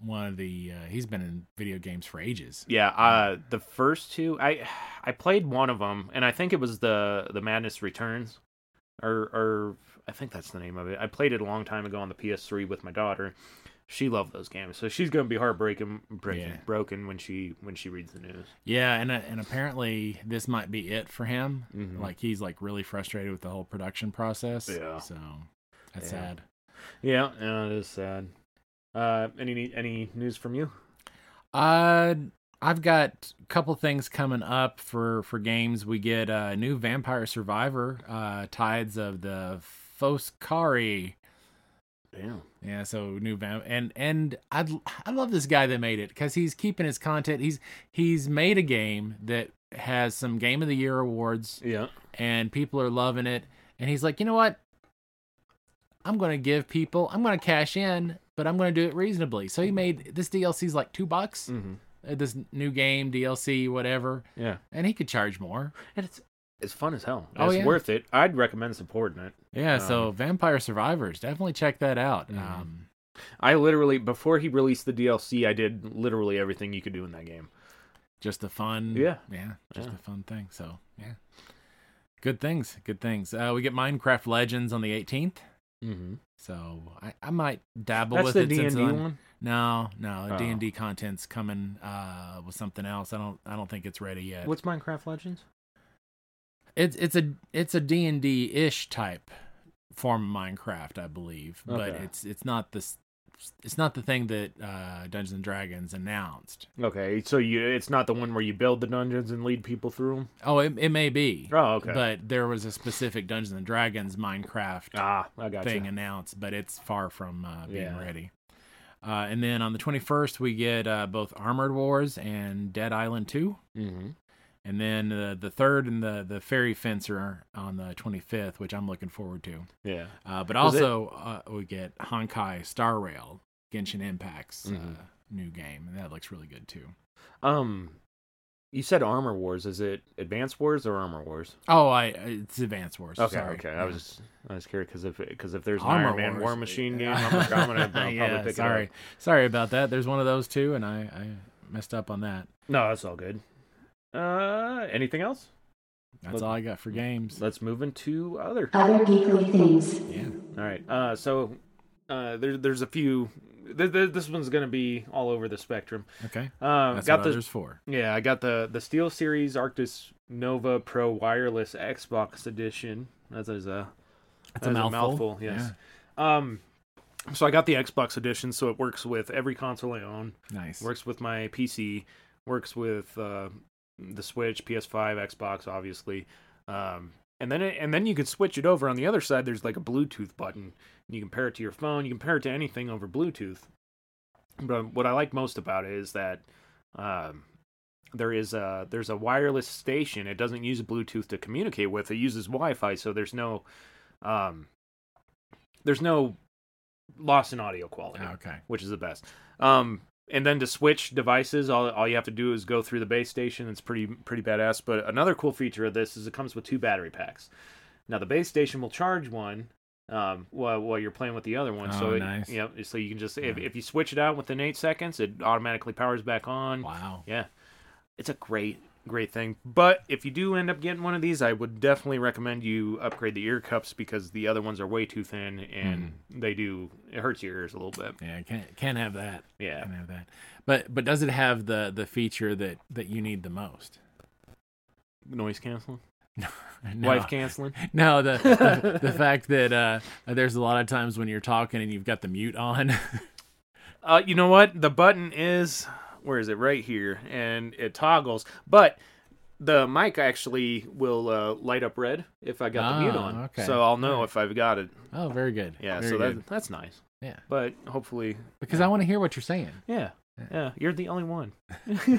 S2: one of the uh, he's been in video games for ages.
S1: Yeah, uh, the first two, I I played one of them, and I think it was the the Madness Returns, or or I think that's the name of it. I played it a long time ago on the PS3 with my daughter. She loved those games, so she's gonna be heartbreaking, breaking,
S2: Yeah.
S1: broken when she when she reads the news.
S2: Yeah, and uh, and apparently this might be it for him.
S1: Mhm.
S2: Like he's like really frustrated with the whole production process.
S1: Yeah.
S2: so that's
S1: Yeah.
S2: sad.
S1: Yeah, yeah, it is sad. Uh, any any news from you?
S2: Uh, I've got a couple things coming up for for games. We get a new Vampire Survivor, uh, Tides of the Foscari.
S1: Damn.
S2: Yeah, so new Vamp and and I I love this guy that made it because he's keeping his content. He's he's made a game that has some Game of the Year awards
S1: Yeah.
S2: and people are loving it. And he's like, you know what? I'm gonna give people. I'm gonna cash in, but I'm gonna do it reasonably. So he made this DLC's like two bucks.
S1: Mm-hmm.
S2: uh, This new game DLC, whatever,
S1: Yeah.
S2: and he could charge more.
S1: And it's it's fun as hell.
S2: Oh,
S1: it's
S2: yeah.
S1: worth it. I'd recommend supporting it.
S2: Yeah, so
S1: Um,
S2: Vampire Survivors, definitely check that out.
S1: Mhm.
S2: Um,
S1: I literally before he released the DLC, I did literally everything you could do in that game.
S2: just a fun
S1: Yeah.
S2: yeah just
S1: Yeah.
S2: a fun thing so yeah good things good things uh we get minecraft legends on the 18th
S1: Mm-hmm.
S2: so i, I might dabble
S1: That's
S2: with
S1: the
S2: it
S1: D
S2: since
S1: and D
S2: I'm-
S1: one.
S2: no no the
S1: Oh.
S2: d&d content's coming uh with something else i don't i don't think it's ready yet
S1: What's Minecraft Legends?
S2: it's it's a it's a d&d ish type form of minecraft i believe but
S1: Okay.
S2: it's it's not this it's not the thing that uh, Dungeons and Dragons announced.
S1: Okay, so you it's not the one where you build the dungeons and lead people through them.
S2: Oh, it, it may be.
S1: Oh, okay.
S2: But there was a specific Dungeons and Dragons Minecraft
S1: Ah, I got
S2: thing
S1: you.
S2: announced, but it's far from uh, being
S1: Yeah.
S2: ready. Uh, and then on the 21st, we get uh, both Armored Wars and Dead Island 2.
S1: Mm-hmm.
S2: And then uh, the third and the, the Fairy Fencer on the 25th, which I'm looking forward to.
S1: Yeah.
S2: Uh, but
S1: Is it-
S2: also, uh, we get Honkai Star Rail, Genshin Impact's
S1: Mhm.
S2: uh, new game, and that looks really good too.
S1: Um, you said Armor Wars. Is it Advanced Wars or Armor Wars?
S2: Oh, I it's Advance Wars.
S1: Okay,
S2: sorry.
S1: okay.
S2: Yeah.
S1: I was I was curious because if because if there's an
S2: Armor
S1: Iron Man
S2: Wars.
S1: War Machine game,
S2: Yeah.
S1: I'm, like, I'm gonna I'll probably
S2: yeah,
S1: pick
S2: sorry,
S1: it up.
S2: sorry about that. There's one of those too, and I, I messed up on that.
S1: No, that's all good. Uh, anything else?
S2: That's
S1: Look-
S2: all I got for games.
S1: Let's move into other.
S3: Other geekly things.
S2: Yeah.
S1: All right. Uh, so uh, there, there's a few. Th- th- this one's gonna be all over the spectrum.
S2: Okay.
S1: Uh,
S2: That's
S1: got
S2: what
S1: the
S2: others for.
S1: yeah, I got the the Steel Series Arctis Nova Pro Wireless Xbox Edition. That is a
S2: It's
S1: That is a mouthful, yes. Um, so I got the Xbox edition, so it works with every console I own.
S2: Yeah. Nice.
S1: Works with my PC. Works with uh, the Switch, PS5, Xbox, obviously. Um, and then it, and then you can switch it over on the other side. There's like a Bluetooth button. You can pair it to your phone. You can pair it to anything over Bluetooth. But what I like most about it is that um, there is a there's a wireless station. It doesn't use Bluetooth to communicate with. It uses Wi-Fi, so there's no um, there's no loss in audio quality
S2: Ah, okay.
S1: which is the best. Um, and then to switch devices, all, all you have to do is go through the base station. It's pretty pretty badass. But another cool feature of this is it comes with two battery packs. Now the base station will charge one um, while, while you're playing with the other one. so
S2: Oh,
S1: it,
S2: nice.
S1: you know, so you can just if,
S2: Yeah.
S1: if you switch it out within eight seconds, it automatically powers back on.
S2: Wow.
S1: Yeah, it's a great great thing. But if you do end up getting one of these, I would definitely recommend you upgrade the ear cups because the other ones are way too thin and
S2: Mm.
S1: they do it hurts your ears a little bit.
S2: Yeah. Can't can't have that.
S1: Yeah.
S2: Can't have that. But but does it have the the feature that that you need the most?
S1: noise canceling,
S2: No.
S1: wife canceling.
S2: No, the, the the fact that uh, there's a lot of times when you're talking and you've got the mute on.
S1: Uh, you know what? The button is where is it? Right here, and it toggles. But the mic actually will uh, light up red if I got the mute
S2: Ah,
S1: on,
S2: okay.
S1: so I'll know if I've got it.
S2: oh, very good.
S1: Yeah,
S2: Very
S1: so
S2: good.
S1: that, that's nice.
S2: yeah,
S1: But hopefully,
S2: because I want to hear what you're saying.
S1: yeah, yeah, you're the only one.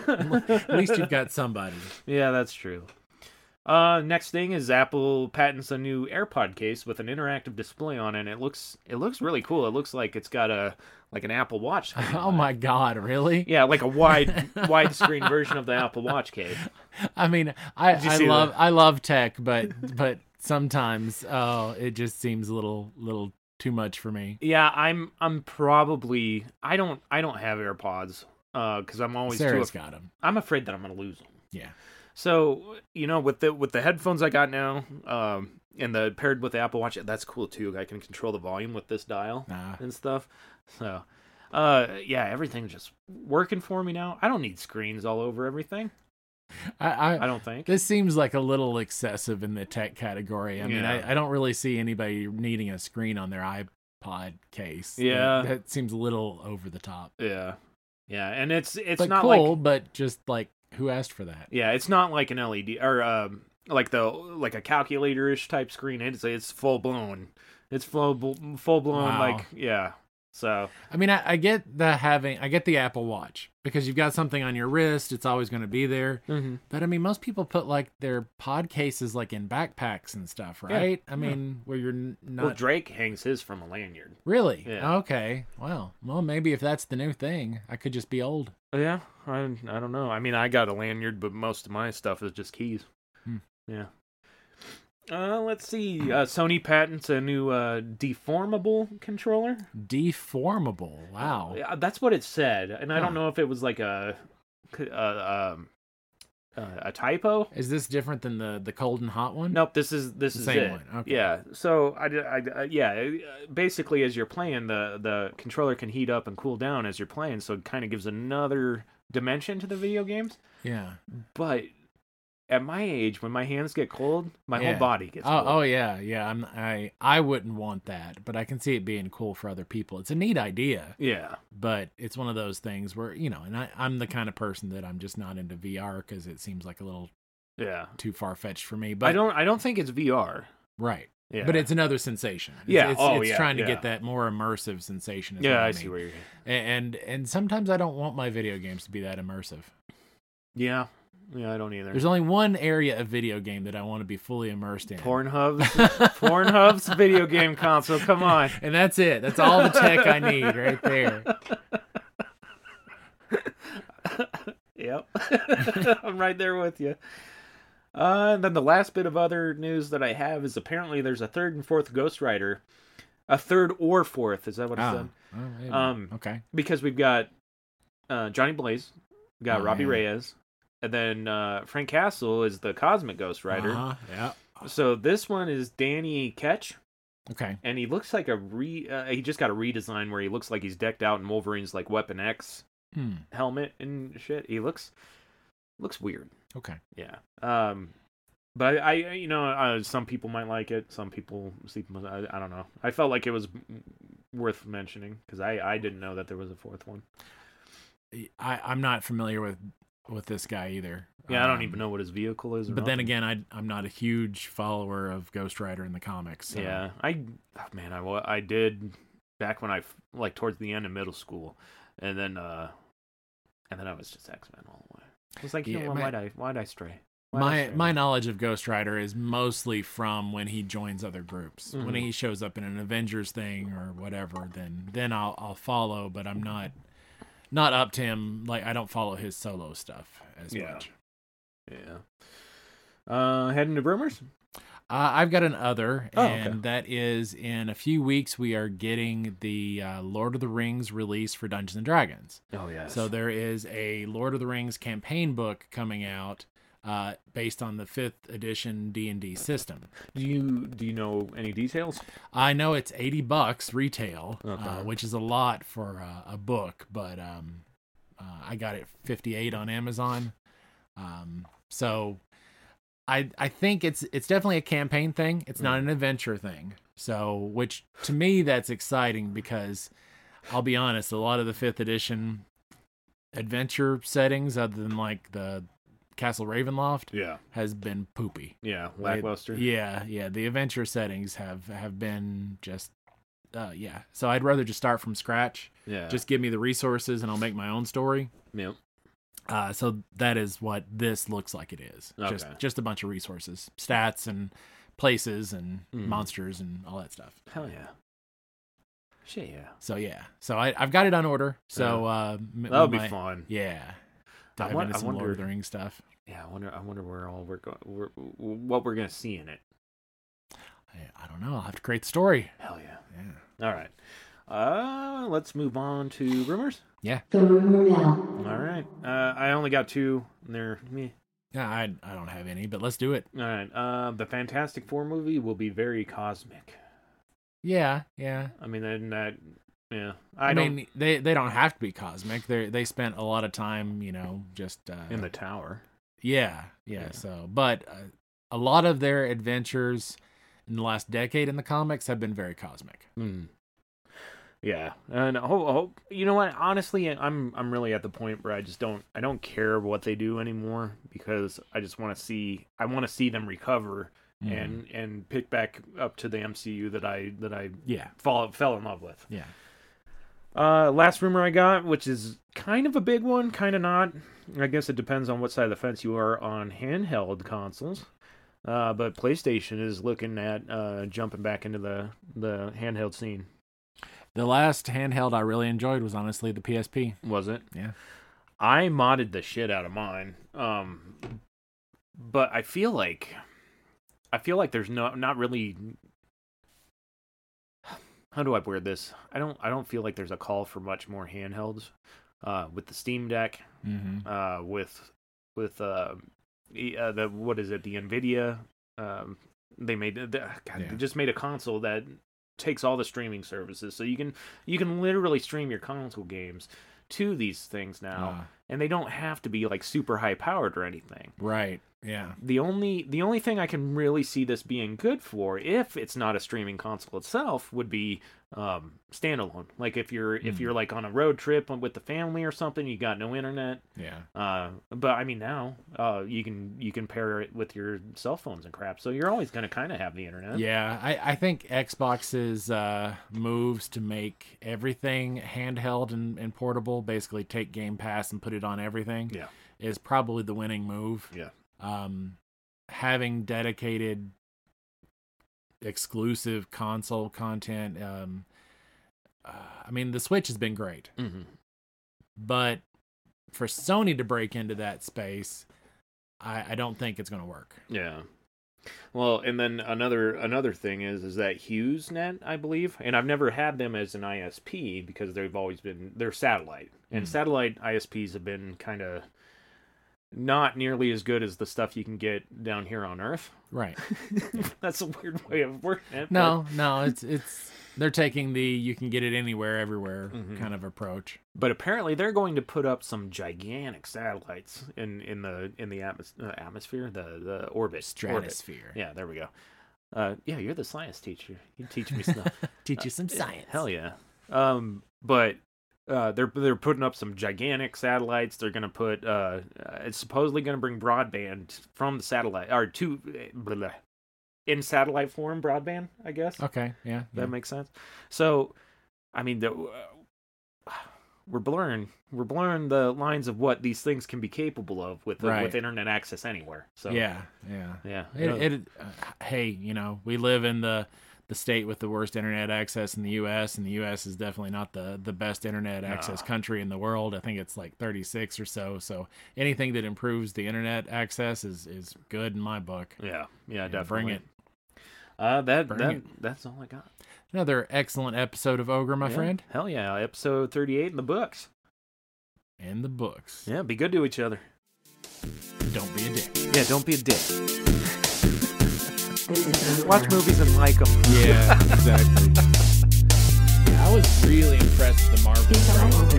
S2: At least you've got somebody.
S1: Yeah, that's true. Uh, next thing is Apple patents a new AirPod case with an interactive display on it. And it looks it looks really cool. It looks like it's got a like an Apple Watch. screen
S2: Oh
S1: on it.
S2: my God, really?
S1: Yeah, like a wide widescreen version of the Apple Watch case.
S2: I mean, I,
S1: you
S2: I
S1: see
S2: love I love tech, but but sometimes oh, it just seems a little little too much for me.
S1: Yeah, I'm I'm probably I don't I don't have AirPods because I'm always too
S2: Sarah's
S1: af-
S2: got him.
S1: I'm afraid that I'm gonna lose them.
S2: Yeah.
S1: So you know with the with the headphones I got now um, and the paired with the Apple Watch that's cool too. I can control the volume with this dial
S2: Nah.
S1: and stuff. So uh yeah, everything's just working for me now. I don't need screens all over everything.
S2: I, I,
S1: I don't think.
S2: this seems like a little excessive in the tech category. I mean,
S1: Yeah.
S2: I, I don't really see anybody needing a screen on their iPod case. That-
S1: Yeah.
S2: That, seems a little over the top.
S1: Yeah, yeah, and it's it's
S2: but
S1: not like
S2: cool, but just like who asked for that?
S1: Yeah, it's not like an LED or um, like the like a calculator ish type screen. It's it's full blown. It's full bl- full blown
S2: Wow.
S1: like yeah. So
S2: I mean, I, I get the having, I get the Apple Watch because you've got something on your wrist; it's always going to be there.
S1: Mm-hmm.
S2: But I mean, most people put like their pod cases like in backpacks and stuff,
S1: Yeah,
S2: right? I mean, where you're n- not
S1: well, Drake hangs his from a lanyard.
S2: really
S1: Yeah.
S2: okay. Well, well, maybe if that's the new thing, I could just be old.
S1: Oh, Yeah, I I don't know. I mean, I got a lanyard, but most of my stuff is just keys.
S2: Hmm.
S1: Yeah. Uh, let's see. Uh, Sony patents a new uh, deformable controller.
S2: Deformable. Wow.
S1: Yeah, that's what it said, and I
S2: Huh.
S1: don't know if it was like a, a um, uh, a, a typo.
S2: Is this different than the the cold and hot one?
S1: Nope, this is this
S2: The
S1: is
S2: same
S1: it.
S2: one, okay.
S1: Yeah. So I, did- I- I- yeah, uh, basically as you're playing the the controller can heat up and cool down as you're playing, so it kind of gives another dimension to the video games,
S2: Yeah.
S1: but at my age, when my hands get cold, my
S2: Yeah.
S1: whole body gets
S2: Oh,
S1: cold.
S2: oh yeah, yeah. I'm, I I wouldn't want that, but I can see it being cool for other people. It's a neat idea,
S1: yeah.
S2: but it's one of those things where you know, and I, I'm the kind of person that I'm just not into VR because it seems like a little
S1: Yeah.
S2: too far fetched for me. But
S1: I don't I don't think it's VR.
S2: right,
S1: Yeah.
S2: but it's another sensation. It's,
S1: Yeah,
S2: it's,
S1: oh,
S2: it's
S1: yeah,
S2: trying to
S1: yeah.
S2: get that more immersive sensation. is what
S1: Yeah, I
S2: mean.
S1: see where you're
S2: And and sometimes I don't want my video games to be that immersive.
S1: Yeah. Yeah, I don't either.
S2: There's only one area of video game that I want to be fully immersed in.
S1: Pornhub's Pornhub's video game console. Come on.
S2: And that's it. That's all the tech I need right there.
S1: Yep. I'm right there with you. Uh, and then the last bit of other news that I have is apparently there's a third and fourth Ghost Rider. A third or fourth, is that what it
S2: Ah,
S1: said?
S2: oh, yeah.
S1: Um,
S2: okay.
S1: Because we've got uh, Johnny Blaze, we've got
S2: Oh,
S1: Robbie
S2: yeah.
S1: Reyes, and then uh, Frank Castle is the Cosmic Ghost Rider.
S2: Uh-huh, Yeah.
S1: So this one is Danny Ketch,
S2: Okay.
S1: and he looks like a re. Uh, he just got a redesign where he looks like he's decked out in Wolverine's like Weapon X
S2: Hmm.
S1: helmet and shit. He looks looks weird.
S2: Okay.
S1: Yeah. Um, but I, I you know, uh, some people might like it. Some people, see, I, I don't know. I felt like it was worth mentioning because I, I didn't know that there was a fourth one.
S2: I, I'm not familiar with with this guy either.
S1: Yeah, I don't
S2: Um,
S1: even know what his vehicle is. or
S2: But then
S1: nothing.
S2: again, I, I'm not a huge follower of Ghost Rider in the comics. so-
S1: yeah, I, oh, man, I, wa- I did back when I f- like towards the end of middle school, and then, uh, and then I was just X Men all the way. It was like, you
S2: Yeah,
S1: know, what,
S2: my-
S1: why'd I, why'd I stray? Why'd I
S2: My
S1: stray?
S2: my knowledge of Ghost Rider is mostly from when he joins other groups. When
S1: Mhm.
S2: he shows up in an Avengers thing or whatever, then then I'll I'll follow. But I'm not not up to him. Like I don't follow his solo stuff as
S1: Yeah.
S2: much.
S1: yeah. Uh, heading to Broomer's.
S2: Uh, I've got an other,
S1: Oh, okay.
S2: and that is in a few weeks we are getting the uh, Lord of the Rings release for Dungeons and Dragons.
S1: Oh yeah.
S2: So there is a Lord of the Rings campaign book coming out uh, based on the fifth edition D and D system.
S1: do you do you know any details?
S2: I know it's eighty bucks retail, uh,
S1: Okay.
S2: which is a lot for uh, a book, but um, uh, I got it fifty eight on Amazon. Um, so I I think it's it's definitely a campaign thing. It's not an adventure thing. So which to me that's exciting because I'll be honest, a lot of the fifth edition adventure settings, other than like the Castle Ravenloft,
S1: Yeah.
S2: has been poopy.
S1: Yeah,
S2: It-
S1: lackluster.
S2: yeah, yeah. The adventure settings have have been just, uh, yeah. So I'd rather just start from scratch.
S1: yeah.
S2: Just give me the resources, and I'll make my own story.
S1: Yep.
S2: Uh, so that is what this looks like. It is just
S1: Okay.
S2: just a bunch of resources, stats, and places, and
S1: Mhm.
S2: monsters, and all that stuff.
S1: Hell yeah. Shit yeah.
S2: So yeah. So I I've got it on order. So uh, m-
S1: That'll be
S2: my-
S1: fun.
S2: Yeah.
S1: I
S2: Dive
S1: won-
S2: into
S1: I
S2: some Lord of
S1: wonder-
S2: the Rings stuff.
S1: Yeah, I wonder. I wonder where all we're going. We're, what we're gonna see in it.
S2: I, I don't know. I'll have to create the story.
S1: Hell yeah.
S2: Yeah.
S1: All right. Uh, let's move on to rumors.
S3: The rumor mill.
S1: All right. Uh, I only got two. And they're meh.
S2: Yeah. I I don't have any, but let's do it.
S1: All right. Uh, the Fantastic Four movie will be very cosmic.
S2: Yeah. Yeah.
S1: I mean, then that. Yeah.
S2: I,
S1: I, don't.
S2: mean, they they don't have to be cosmic. They they spent a lot of time, you know, just uh,
S1: In the tower.
S2: yeah, yeah,
S1: Yeah.
S2: So, but uh, a lot of their adventures in the last decade in the comics have been very cosmic.
S1: Mm. Yeah, and ho- ho- you know what? Honestly, I'm I'm really at the point where I just don't I don't care what they do anymore because I just want to see I want to see them recover
S2: Mm-hmm.
S1: and and pick back up to the MCU that I that I
S2: yeah,
S1: fall fell in love with.
S2: yeah.
S1: Uh, last rumor I got, which is kind of a big one, kind of not. I guess it depends on what side of the fence you are on handheld consoles. Uh, but PlayStation is looking at uh, jumping back into the the handheld scene.
S2: The last handheld I really enjoyed was honestly the PSP.
S1: Was it?
S2: Yeah.
S1: I modded the shit out of mine. Um but I feel like I feel like there's no not really how do I word this? I don't I don't feel like there's a call for much more handhelds uh with the Steam Deck,
S2: Mm-hmm.
S1: uh with with uh, e- uh the what is it? The Nvidia um they made the, ah, God,
S2: Yeah.
S1: they just made a console that takes all the streaming services so you can you can literally stream your console games
S2: Uh, Ah.
S1: to these things now and they don't have to be like super high powered or anything.
S2: right. Yeah.
S1: the only the only thing I can really see this being good for, if it's not a streaming console itself, would be um, standalone. Like if you're if you're like on a road trip with the family or something, you got no internet.
S2: Yeah.
S1: Uh, but I mean now uh, you can you can pair it with your cell phones and crap, so you're always going to kind of have the internet.
S2: Yeah, I, I think Xbox's uh, moves to make everything handheld and, and portable, basically take Game Pass and put it on everything,
S1: Yeah.
S2: is probably the winning move.
S1: Yeah.
S2: Um, having dedicated exclusive console content, um, uh, I mean, the Switch has been great
S1: hmm
S2: but for Sony to break into that space, I, I don't think it's going to work.
S1: Yeah. Well, and then another another thing is is that HughesNet, I believe, and I've never had them as an ISP because they've always been they're satellite, and
S2: Mhm.
S1: satellite ISPs have been kind of not nearly as good as the stuff you can get down here on Earth.
S2: Right?
S1: That's a weird way of wording it. but-
S2: No, no, it's it's they're taking the you can get it anywhere, everywhere
S1: Mhm.
S2: kind of approach.
S1: but apparently they're going to put up some gigantic satellites in in the in the atmos- uh, atmosphere, the the orbit, orbit.
S2: Stratosphere.
S1: Yeah, there we go. Uh, yeah, you're the science teacher. You teach me stuff.
S2: Teach you some
S1: Uh, Yeah,
S2: science.
S1: Hell yeah. Um, but uh, they're they're putting up some gigantic satellites. They're gonna put uh, uh, it's supposedly gonna bring broadband from the satellite or to eh, blah, blah, in satellite form broadband. I guess
S2: Okay. Yeah.
S1: that
S2: yeah.
S1: makes sense. So, I mean, the, uh, we're blurring we're blurring the lines of what these things can be capable of with
S2: Right.
S1: with internet access anywhere. So
S2: yeah. Yeah.
S1: yeah. No,
S2: It, it, uh, hey, you know, we live in the the state with the worst internet access in the U.S., and the U.S. is definitely not the the best internet access
S1: Nah.
S2: country in the world. I think it's like 36 or so. So anything that improves the internet access is is good in my book.
S1: yeah. Yeah.
S2: Yeah,
S1: Definitely.
S2: bring it.
S1: Uh, that
S2: Bring
S1: that that's all I got.
S2: Another excellent episode of Ogre, my
S1: Yeah.
S2: friend,
S1: Hell yeah. Episode 38 in the books.
S2: in the books.
S1: Yeah, be good to each other.
S2: Don't be a dick.
S1: Yeah, don't be a dick.
S3: This is
S1: Watch
S3: Ogre.
S1: movies and like them.
S2: Yeah, exactly. I was really impressed with the Marvel.
S3: It's Ogre.